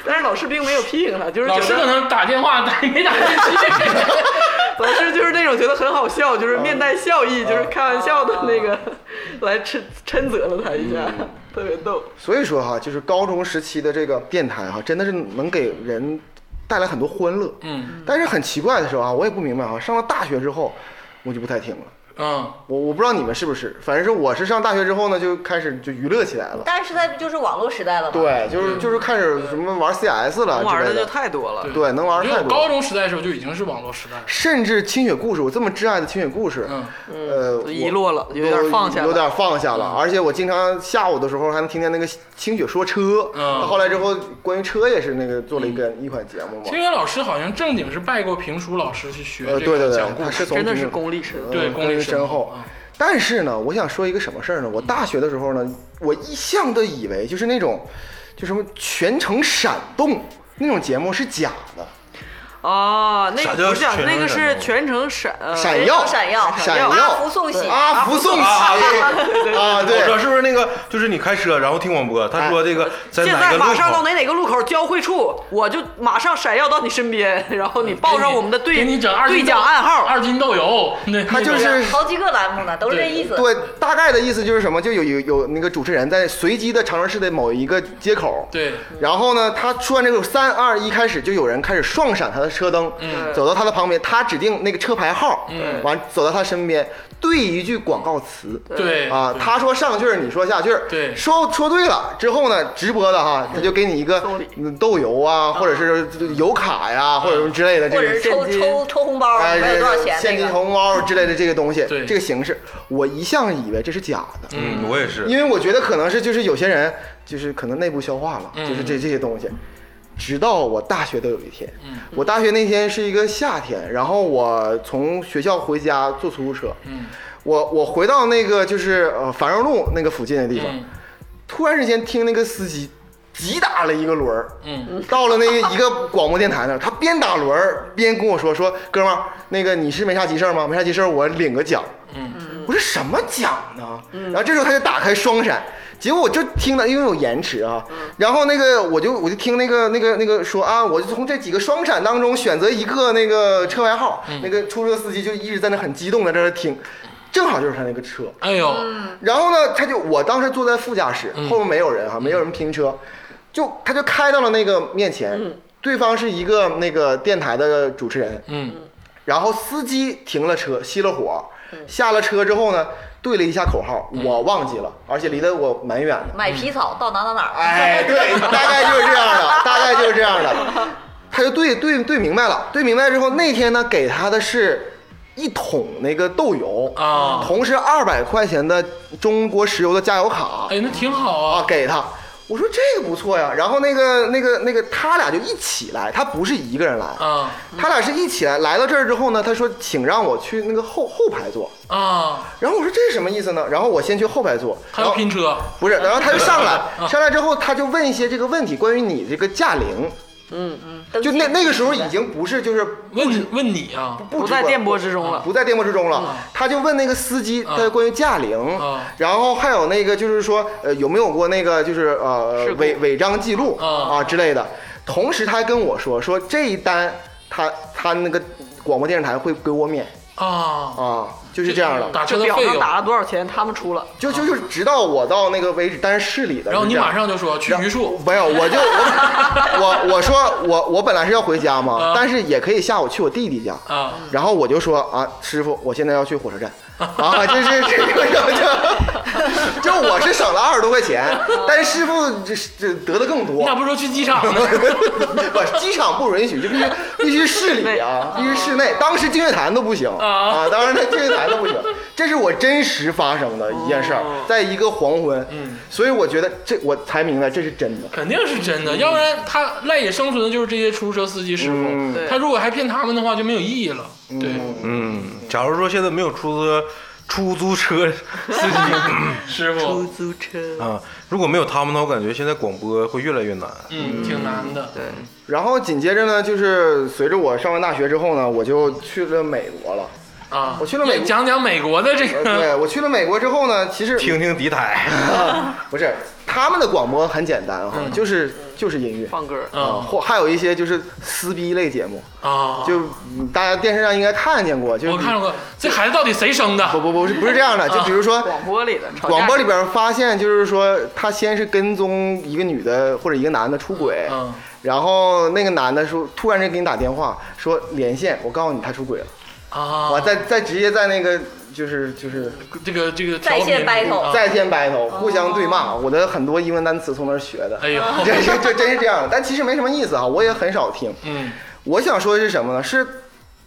但是老师并没有批评他，就是老师觉可得能打电话打没打进去。 老师就是那种觉得很好笑，就是面带笑意，就是开玩笑的那个，来抻抻责了他一下， 特别逗。所以说哈，就是高中时期的这个电台哈，真的是能给人带来很多欢乐。嗯，但是很奇怪的时候啊，我也不明白哈，上了大学之后，我就不太听了。 嗯，我我不知道你们是不是，反正是我是上大学之后呢，就开始就娱乐起来了。但是在就是网络时代了嘛，对，就是就是开始什么玩 CS 了之玩类的就啊的，太多了。对，能玩因太为我高多。中时代的时候就已经是网络时代了。甚至《清雪故事》，我这么挚爱的《清雪故事》，嗯呃，我遗落了有点我放下了有点放下了。而且我经常下午的时候还能听见那个清雪说车。嗯后来之后，关于车也是那个做了一个一款节目嘛。清源老师好像正经是拜过评书老师去学呃，这对个对对讲，故他事，是从真的清是雪功力深。对嗯功力深深厚厚啊。但是呢，我想说一个什么事儿呢？我大学的时候呢，我一向都以为就是那种，就什么全程闪动那种节目是假的，哦，那啥个不叫是全程那个闪是动全程闪呃闪耀，闪耀闪耀啊阿福送喜阿福送喜 啊，我知道对，是不是那个，就是你开车然后听广播，他说这个在现哪在个马路上到口，哪哪个路口交汇处，我就马上闪耀到你身边，然后你报上我们的给对你整二斤对讲豆暗号。二斤豆油，那他就是好几个栏目呢，都是这意思。对，大概的意思就是什么？就有有有那个主持人在随机的长春市的某一个街口，对然后呢，他说完这个三二一开始，就有人开始双闪他的车灯，嗯走到他的旁边，他指定那个车牌号，嗯完走到他身边，对一句广告词，对啊，对他说上句儿，你说下句儿，对嗯说说对了之后呢，直播的哈，他就给你一个送礼嗯豆油啊，或者是油卡呀，或者什么之类的这或个者是抽现金抽抽红包，哎，没有多少这钱现那金个。红包之类的这个东西，对这个形式，我一向以为这是假的，嗯，我也是，因为我觉得可能是就是有些人就是可能内部消化了，嗯嗯就是这这些东西。直到我大学的有一天，我大学那天是一个夏天，然后我从学校回家坐出租车，嗯我我回到那个就是呃繁荣路那个附近的地方，嗯突然之间听那个司机急打了一个轮儿，嗯到了那个一个广播电台那儿，他边打轮儿边跟我说说哥们儿，那个你是没啥急事儿吗？没啥急事儿，我领个奖。嗯我说什么奖呢？然后这时候他就打开双闪，结果我就听到，因为有延迟啊，然后那个我就我就听那个那个那个说啊，我就从这几个双闪当中选择一个那个车牌号，嗯那个出租车司机就一直在那很激动的在那听，正好就是他那个车，哎呦，嗯然后呢，他就我当时坐在副驾驶，后面没有人哈、没有人停车，就他就开到了那个面前，对方是一个那个电台的主持人，嗯然后司机停了车，熄了火，下了车之后呢，对了一下口号，我忘记了，而且离得我蛮远的，买皮草到哪哪哪儿？ 哎，对，大概就是这样的， 大概就是这样的。他就对对对明白了，对明白之后，那天呢给他的是一桶那个豆油啊同时二百块钱的中国石油的加油卡哎，那挺好啊啊，给他。我说这个不错呀，然后那个那个那个他俩就一起来，他不是一个人来，啊他俩是一起来。来到这儿之后呢，他说请让我去那个后后排坐，啊，然后我说这是什么意思呢？然后我先去后排坐，还然要后拼嗯车， 不是，然后他就上来，上来之后他就问一些这个问题，关于你这个驾龄，嗯嗯，登就记那那个时候已经不是就是问你问你啊，不不直观在电波之中了。啊不在电波之中了。他就问那个司机，啊他关于驾龄，啊然后还有那个就是说，呃，有没有过那个就是呃事故违违章记录啊啊之类的。同时他还跟我说，说这一单他他那个广播电视台会给我免啊，啊，就是这样的。打车就的表费上用，打了多少钱，他们出了。就就就是直到我到那个为止，但是市里的。然后是你这样马上就说去榆树，没有，我就我我我说我我本来是要回家嘛啊，但是也可以下午去我弟弟家啊。然后我就说啊，师傅，我现在要去火车站。啊，这是这个就就我是省了二十多块钱，但是师傅这这得的更你多咋。不说去机场呢？ 不，机场不允许，就必须必须市里啊，必须室内。当时净月潭都不行啊啊，当时那净月潭都不行。这是我真实发生的一件事儿哦，在一个黄昏。嗯，所以我觉得这我才明白这是真的。肯定是真的，要不然他赖以生存的就是这些出租车司机师嗯傅。对他如果还骗他们的话，就没有意义了。对，嗯，假如说现在没有出租车出租车司机师傅，租车，啊，如果没有他们的话，我感觉现在广播会越来越难。嗯，挺难的。对，然后紧接着呢，就是随着我上完大学之后呢，我就去了美国了。啊，我去了美也讲讲美国的这 呃个，对我去了美国之后呢，其实听听敌台，不是他们的广播很简单哈，嗯就是就是音乐放歌儿。啊，啊或还有一些就是撕逼类节目，啊，就嗯大家电视上应该看见过，就是我看过啊这孩子到底谁生不的？不不是不是这样的，就比如说。广播里的吵架广播里边发现，就是说他先是跟踪一个女的或者一个男的出轨，嗯，然后那个男的说突然间给你打电话说连线，我告诉你他出轨了，啊，我再再直接在那个就是就是这个这个在线调频 battle 啊在线 battle，互相对骂，我的很多英文单词从那儿学的哎，呦， 这嗯 这这真是这样的，但其实没什么意思啊，我也很少听。嗯我想说的是什么呢？是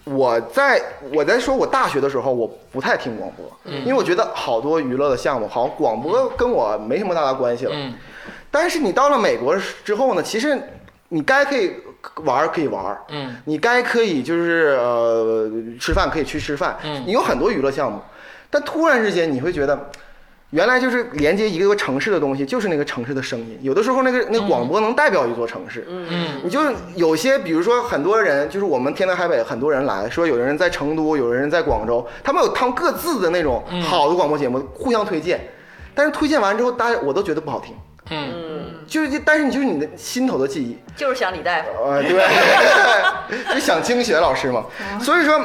我在我在说我大学的时候，我不太听广播，嗯因为我觉得好多娱乐的项目，好像广播跟我没什么大的关系了。嗯但是你到了美国之后呢，其实你该可以玩儿可以玩儿，嗯你该可以就是呃吃饭可以去吃饭，嗯你有很多娱乐项目，但突然之间你会觉得，原来就是连接一个城市的东西，就是那个城市的声音，有的时候那个那广播能代表一座城市，嗯你就是有些比如说很多人就是我们天南海北很多人来说，有人在成都，有人在广州，他们有他们各自的那种嗯好的广播节目互相推荐，但是推荐完之后，大家我都觉得不好听，嗯，嗯，就是但是你就是你的心头的记忆。就是想李大夫。呃， 对，就想清雪老师嘛。所以说，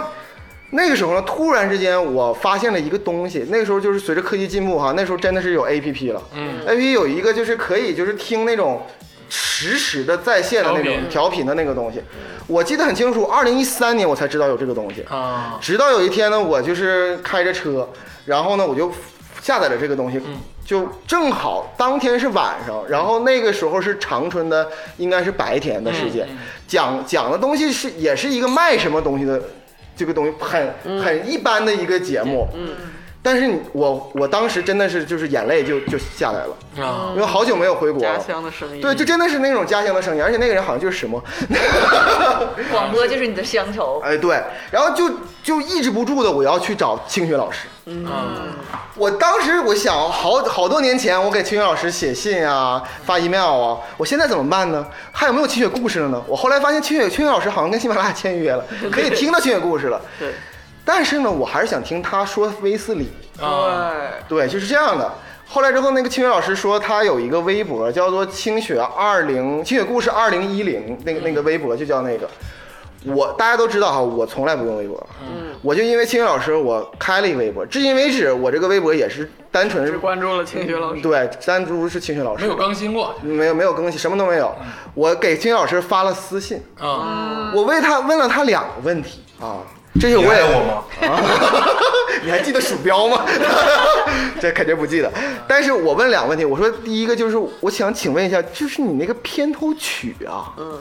那个时候呢，突然之间我发现了一个东西。那个时候就是随着科技进步哈，那时候真的是有 A P P 了。嗯，A P P 有一个就是可以就是听那种实时的在线的那调种频调频的那个东西。我记得很清楚，二零一三年我才知道有这个东西。啊直到有一天呢，我就是开着车，然后呢，我就下载了这个东西，就正好当天是晚上，然后那个时候是长春的，应该是白天的时间，嗯嗯讲讲的东西是也是一个卖什么东西的，这个东西很、很一般的一个节目，嗯，但是你我我当时真的是就是眼泪就就下来了，啊，因为好久没有回国家了。乡的声音，对，就真的是那种家乡的声音，而且那个人好像就是什么，广播就是你的乡愁，哎，对，然后就就抑制不住的，我要去找清雪老师。嗯我当时我想，好好多年前，我给清雪老师写信啊，发 email 啊，我现在怎么办呢？还有没有清雪故事了呢？我后来发现清雪清雪老师好像跟喜马拉雅签约了，可以听到清雪故事了。对但是呢，我还是想听他说威斯理。啊，嗯对，就是这样的。后来之后，那个清雪老师说他有一个微博叫做“清雪二零清雪故事二零一零”，那个那个微博就叫那个。我大家都知道哈，我从来不用微博，嗯，我就因为清雪老师，我开了一个微博。至今为止，我这个微博也是单纯只是关注了清学老师。对，单独是清雪老师没有更新过没有没嗯有更新，什么都没有。我给清雪老师发了私信，嗯啊，我为他问了他两个问题啊，这些我你还也有我吗？ 你还记得鼠标吗？ 这肯定不记得。但是我问两个问题，我说第一个就是我想请问一下，就是你那个片头曲啊，嗯，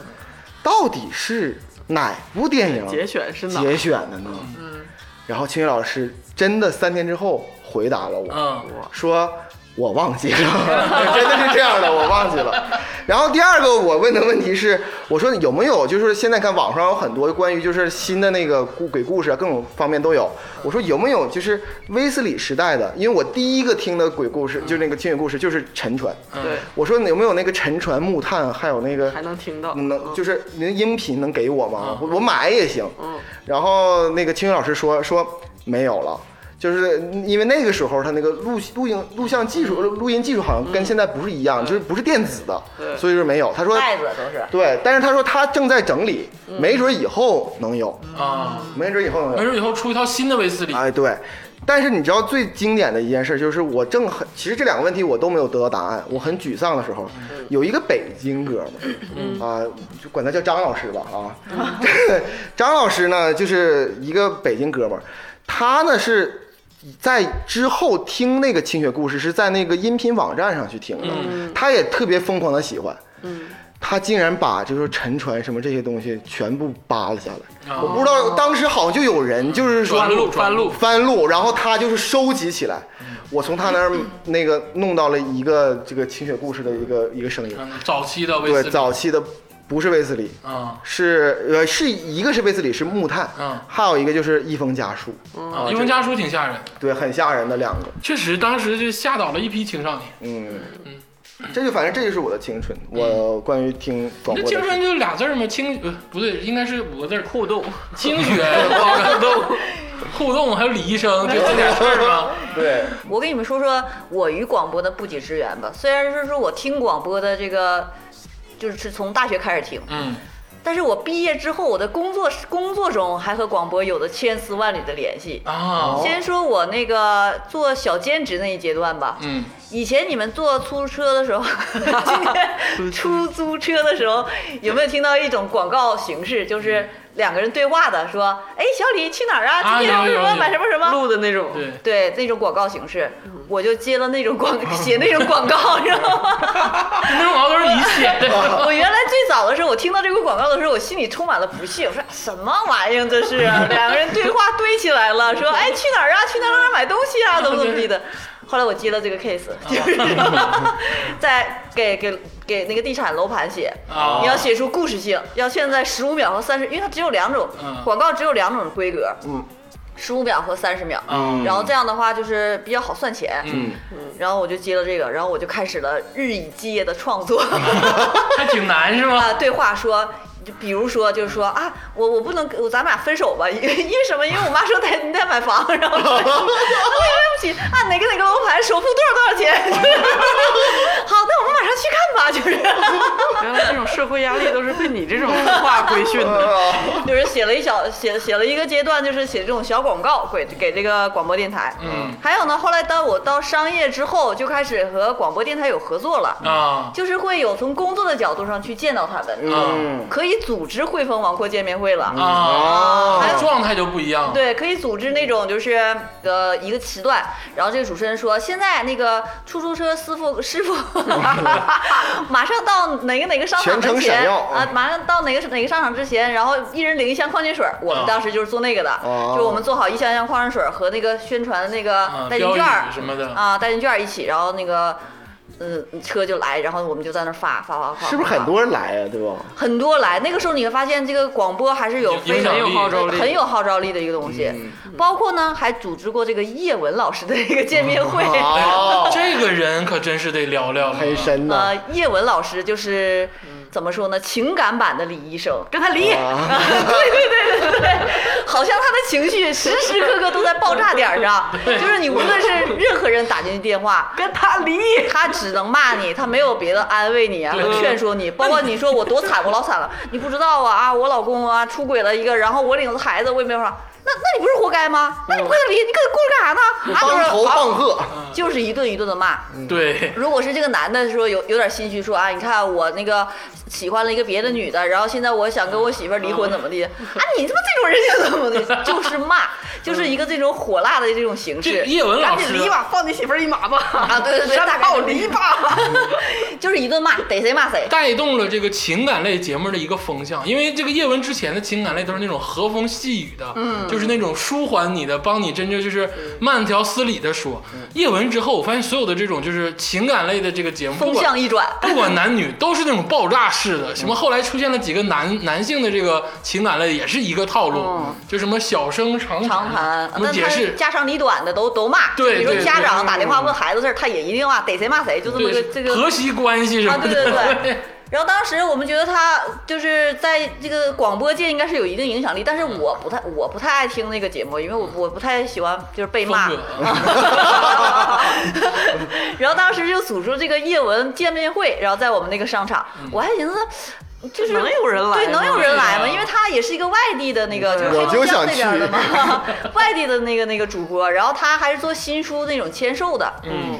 到底是哪部电影节选是哪？节选的呢？嗯。然后清云老师真的三天之后回答了我，嗯 说我忘记了，真的是这样的，我忘记了。然后第二个我问的问题是，我说有没有就是现在看网上有很多关于就是新的那个故鬼故事啊，各种方面都有。我说有没有就是威斯里时代的？因为我第一个听的鬼故事就是那个听鬼故事就是沉船。对，我说有没有那个沉船、木炭，还有那个还能听到，能就是您音频能给我吗嗯？我我买也行。嗯然后那个青云老师说说没有了。就是因为那个时候，他那个录录影、录像技嗯术、录音技术好像跟现在不是一样，就是不是电子的，对所以说没有。他说袋子都是。对，但是他说他正在整理，嗯没准以后能有，啊，没准以后能没有。准以后出一套新的威斯里，哎，对。但是你知道最经典的一件事就是我正很，其实这两个问题我都没有得到答案，我很沮丧的时候，有一个北京哥们儿，啊，就管他叫张老师吧，啊， 张老师呢就是一个北京哥们儿，他呢是在之后听那个清雪故事是在那个音频网站上去听的，他也特别疯狂的喜欢，他竟然把就是沉船什么这些东西全部扒了下来，哦我不知道当时好像就有人就是说转录转录翻录，然后他就是收集起来。我从他那儿那个弄到了一个这个清雪故事的一个一个声音，嗯，早期的威对斯，里，早期的不是威斯里，啊是呃是一个是威斯里是木炭，嗯还有一个就是一封家书，啊，一封家书挺吓人，对，很吓人的两个，确实当时就吓倒了一批青少年。嗯，这就反正这就是我的青春，我关于听嗯广这播的青事春就俩字儿嘛，清呃不对，应该是五个字儿，互动， 清雪互动，互动还有李医生，就这点事儿吗？对，我给你们说说我与广播的不解之缘吧。虽然是说我听广播的这个，就是从大学开始听，嗯，但是我毕业之后，我的工作工作中还和广播有着千丝万缕的联系。啊，先说我那个做小兼职那一阶段吧，嗯，以前你们坐出租车的时候，今天出租车的时候有没有听到一种广告形式，就是两个人对话的，说，哎，小李去哪儿啊？啊今天有什有么有买什么什么？录的那种，对，对那种广告形式，我就接了那种广写那种广告，你知道吗？那种毛都是你写的，我原来最早的时候，我听到这个广告的时候，我心里充满了不屑，我说什么玩意儿这是、 啊？两个人对话堆起来了，说哎去哪儿啊？去哪儿哪儿买东西 啊？怎么怎么地的。后来我接了这个 case，就是啊说 在给给给那个地产楼盘写，哦你要写出故事性，要现在十五秒和三十，因为它只有两种嗯广告，只有两种规格，嗯，十五秒和三十秒，嗯然后这样的话就是比较好算钱，嗯，然后我就接了这个，然后我就开始了日以继夜的 创作。还挺难是吗？啊，对话说，就比如说，就是说啊，我我不能，我咱俩分手吧，因为因为什么？因为我妈说得你得买房，然后我说啊对不起啊，哪个哪个楼盘首付多少多少钱？ 好，那我们马上去看吧，就是。原来这种社会压力都是被你这种文化规训 的。呃就是写了一小写写了一个阶段，就是写这种小广告给给这个广播电台。嗯，还有呢，后来当我到商业之后，就开始和广播电台有合作了，啊就是会有从工作的角度上去见到他们，嗯，可以组织汇丰王国见面会了。啊，哦还有状态就不一样了。对，可以组织那种就是呃一个时段，然后这个主持人说，现在那个出租车师傅 师傅马上到哪个哪个商场全程门闪前耀嗯啊，马上到哪个哪个商场之前，然后一人领一箱矿泉水儿。我啊们当时就是做那个的，哦就我们做好一箱一箱矿泉水儿和那个宣传的那个啊，代金标语券儿什么的，啊代金券儿一起，然后那个。嗯，车就来，然后我们就在那儿发发发发，是不是发很多人来啊呀、对吧？很多来？那个时候你会发现，这个广播还是有影非响常力有号召力嗯很有号召力的一个东西。包括呢，还组织过这个叶文老师的一个见面会。嗯哎 哦，这个人可真是得聊聊了很深呐、呃，叶文老师就是嗯怎么说呢，情感版的李医生，跟他离，哦 对对对对对，好像他的情绪时时刻刻都在爆炸点儿上，就是你无论是任何人打进去电话，跟他离，他只能骂你，他没有别的安慰你啊对，劝说你，包括你说我多惨，我老惨了，你不知道啊啊，我老公啊出轨了一个，然后我领了孩子，我也没有法。那那你不是活该吗？那你不跟他离，你跟他过着干啥呢？当啊，就头是好棒喝，就是一顿一顿的骂。嗯对，如果是这个男的说有有点心虚，说啊，你看我那个喜欢了一个别的女的，然后现在我想跟我媳妇儿离婚，怎么地？啊，你他妈这种人就怎么的，就是骂，就是一个这种火辣的这种形这式。叶文 老赶师紧离吧，放你媳妇儿一马吧。啊对对对山大概炮就是离吧。就是一顿骂，逮谁骂谁。带动了这个情感类节目的一个风向，因为这个叶文之前的情感类都是那种和风细雨的，嗯，就是那种舒缓你的，帮你真正就是慢条斯理的说。嗯叶文之后，我发现所有的这种就是情感类的这个节目，不风管向一嗯转，不管男女，都是那种爆炸式的。什么后来出现了几个男男性的这个情感类，也是一个套路，嗯就什么小生长哦长谈，什么那解他释。家长里短的都都骂。对你说对家对长打电话问孩子事儿，他也一定骂，逮谁骂谁，就这么个对这个婆媳关系什么的，啊对对对然后当时我们觉得他就是在这个广播界应该是有一定影响力，但是我不太我不太爱听那个节目，因为我我不太喜欢就是被骂 风。 然后当时就组织这个叶文见面会，然后在我们那个商场，嗯我还寻思 就是能有人来对，吗嗯能有人来吗？对啊因为他也是一个外地的那个，就是我黑龙就想江那边去的嘛， 外地的那个那个主播，然后他还是做新书那种签售的，嗯，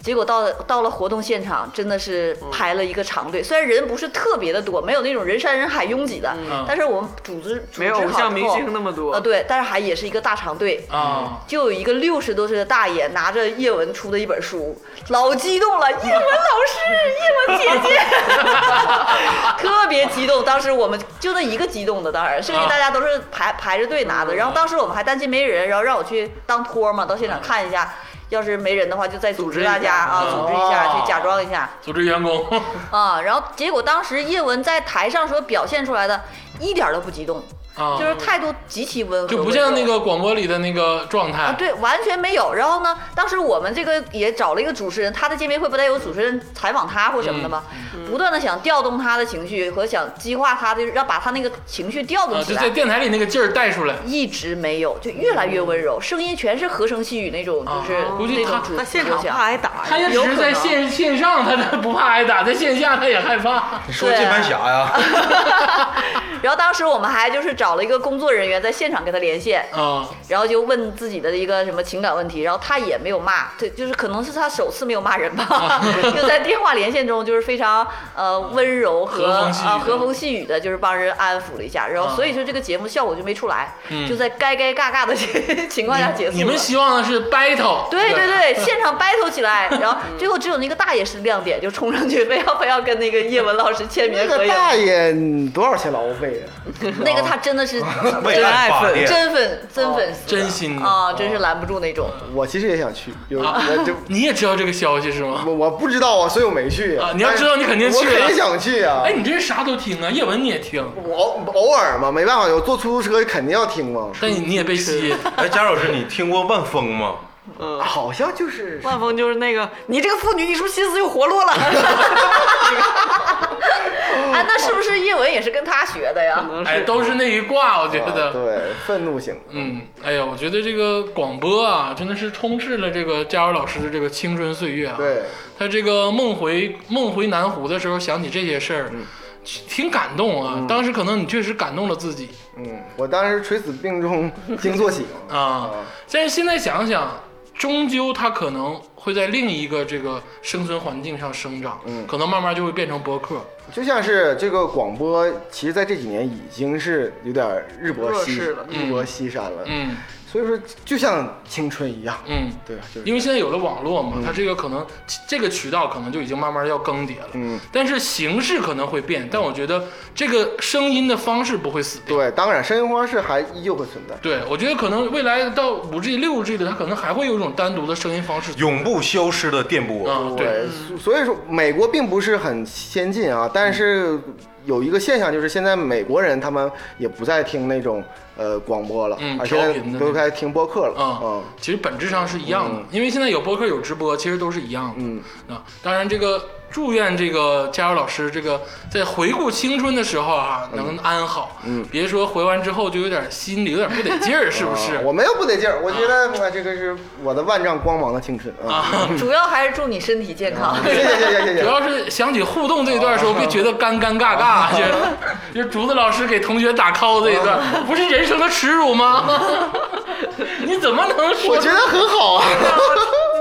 结果到到了活动现场，真的是嗯排了一个长队，虽然人不是特别的多，没有那种人山人海拥挤的，嗯但是我们组织组没织有好偶像之明后星那么多啊，对，但是还也是一个大长队。啊，就有一个六十多岁的大爷拿着叶文出的一本书，老激动了，叶文老师，叶 文姐姐，特别激动。当时我们就那一个激动的，当然剩下大家都是排排着队嗯拿的。然后当时我们还担心没人，然后让我去当托儿嘛，到现场看一下，要是没人的话就再组织大家啊，组组织织一下一哦下，去假装一下。组织员 工，啊，然后结果当时叶文在台上所表现出来的，一点儿都不激动，啊，就是态度极其温和，就不像温那柔个广播里的那个状态啊，对，完全没有。然后呢，当时我们这个也找了一个主持人，他的见面会不得有主持人采访他或什么的吗？嗯不断的想调动他的情绪和想激化他的，让把他那个情绪调动啊，起就来。在电台里那个劲儿带出来。一直没有，就越来越温柔，声音全是和声细语那种，就是啊估计那他种主那现主场角怕挨打呀，他也只有可是在能线线上，他他不怕挨打，在线下他也害怕。你说键盘侠呀？然后当时我们还就是找了一个工作人员在现场跟他连线，啊，然后就问自己的一个什么情感问题，然后他也没有骂，对，就是可能是他首次没有骂人吧， 就在电话连线中就是非常呃温柔和风和啊细雨的和风细雨的，就是帮人安抚了一下，然后所以说这个节目效果就没出来，嗯就在该该尬尬的情况下结束了你们希望的是 battle，对对对吧，对，现场 battle 起来，然后最后只有那个大爷是亮点，就冲上去非要非要跟那个叶文老师签那名合个影，大爷你多少钱劳务费啊？那个他真的是 为爱发电， 真粉真粉丝，真心的啊，真是拦不住那种。我其实也想去，有啊我就你也知道这个消息是吗？我我不知道啊，所以我没去啊你要知道你肯定去我肯了定想去啊。哎，你这是啥都听啊，叶文你也听，我偶偶尔嘛，没办法，有坐出租车肯定要听嘛。但你你也被吸引。哎，贾老师，你听过万峰吗？嗯。好像就是万峰就是那个，你这个妇女，你是不是心思又活络了？ 哎，那是不是叶文也是跟他学的呀？哎，都是那一挂，我觉啊得。对愤怒型，嗯，哎呀，我觉得这个广播啊，真的是充斥了这个佳茹老师的这个青春岁月啊。对，他这个梦回梦回南湖的时候，想起这些事儿，挺感动啊。当时可能你确实感动了自己，嗯，我当时垂死病中 惊坐起啊，但是现在想想，终究他可能会在另一个这个生存环境上生长，嗯可能慢慢就会变成播客。就像是这个广播，其实在这几年已经是有点日薄西弱势了日薄西山了，嗯所以说就像青春一样，嗯，对吧？就是因为现在有了网络嘛，它这个可能这个渠道可能就已经慢慢要更迭了。嗯，但是形式可能会变，但我觉得这个声音的方式不会死掉。对，当然声音方式还依旧会存在。对，我觉得可能未来到五 G、六 G 的，它可能还会有一种单独的声音方式。永不消失的电波。嗯，嗯对，对，所所以说美国并不是很先进啊，但是有一个现象就是现在美国人他们也不再听那种呃广播了，嗯而现在调频的都开始听播客了啊、嗯其实本质上是一样的，因为现在有播客有直播，其实都是一样的。嗯，啊，当然这个祝愿这个佳茹老师这个在回顾青春的时候啊，能安好。嗯别说回完之后就有点心里有点不得 劲儿，是不是？啊我没有不得劲儿，我觉得啊这个是我的万丈光芒的青春啊！主要还是祝你身体健康。嗯谢谢谢谢主谢谢。要是想起互动这一段的时候，别觉得尴尴尬啊尬，就是就竹子老师给同学打 call 这一啊段，不是人生的耻辱吗？ 你怎么能说我觉得很好啊，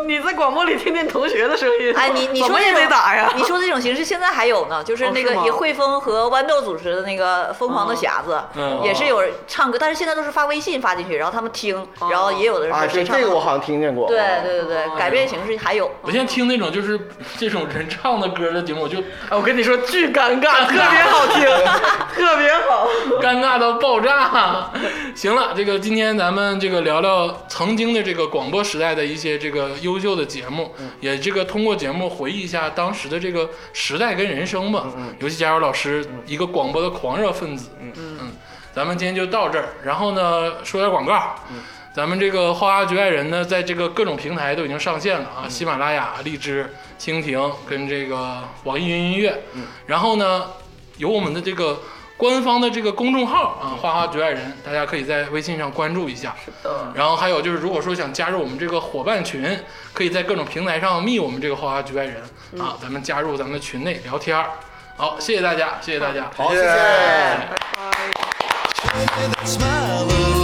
你在广播里听见同学的声音， 哎，你你怎说么也这得种打呀？你说这种形式现在还有呢，就是哦那是个吗哦以汇丰和豌豆主持的那个《疯狂的匣子》嗯也是有人唱歌，但是现在都是发微信发进去，然后他们听，哦然后也有的人啊，说这谁唱这的。个我好像听见过。对对对哦对，改变形式还有。我现在听那种就是这种人唱的歌的节目，我就哎，我跟你说，巨尴尬，特别好听，特别好。尴 尴尬到爆炸。 行了，这个今天咱们这个聊聊曾经的这个广播时代的一些这个优秀的节目，也这个通过节目回忆一下当时的这个时代跟人生吧。尤其加油老师，一个广播的狂热分子。嗯嗯，咱们今天就到这儿，然后呢，说点广告。咱们这个《花花局外人》呢，在这个各种平台都已经上线了啊，喜马拉雅、荔枝、蜻蜓跟这个网易云音乐。然后呢，有我们的这个官方的这个公众号啊，“花花局外人”，大家可以在微信上关注一下。然后还有就是，如果说想加入我们这个伙伴群，可以在各种平台上密我们这个“花花局外人”啊，咱们加入咱们的群内聊天儿。好，哎谢谢大家，谢谢大家。好，谢谢。 Smile.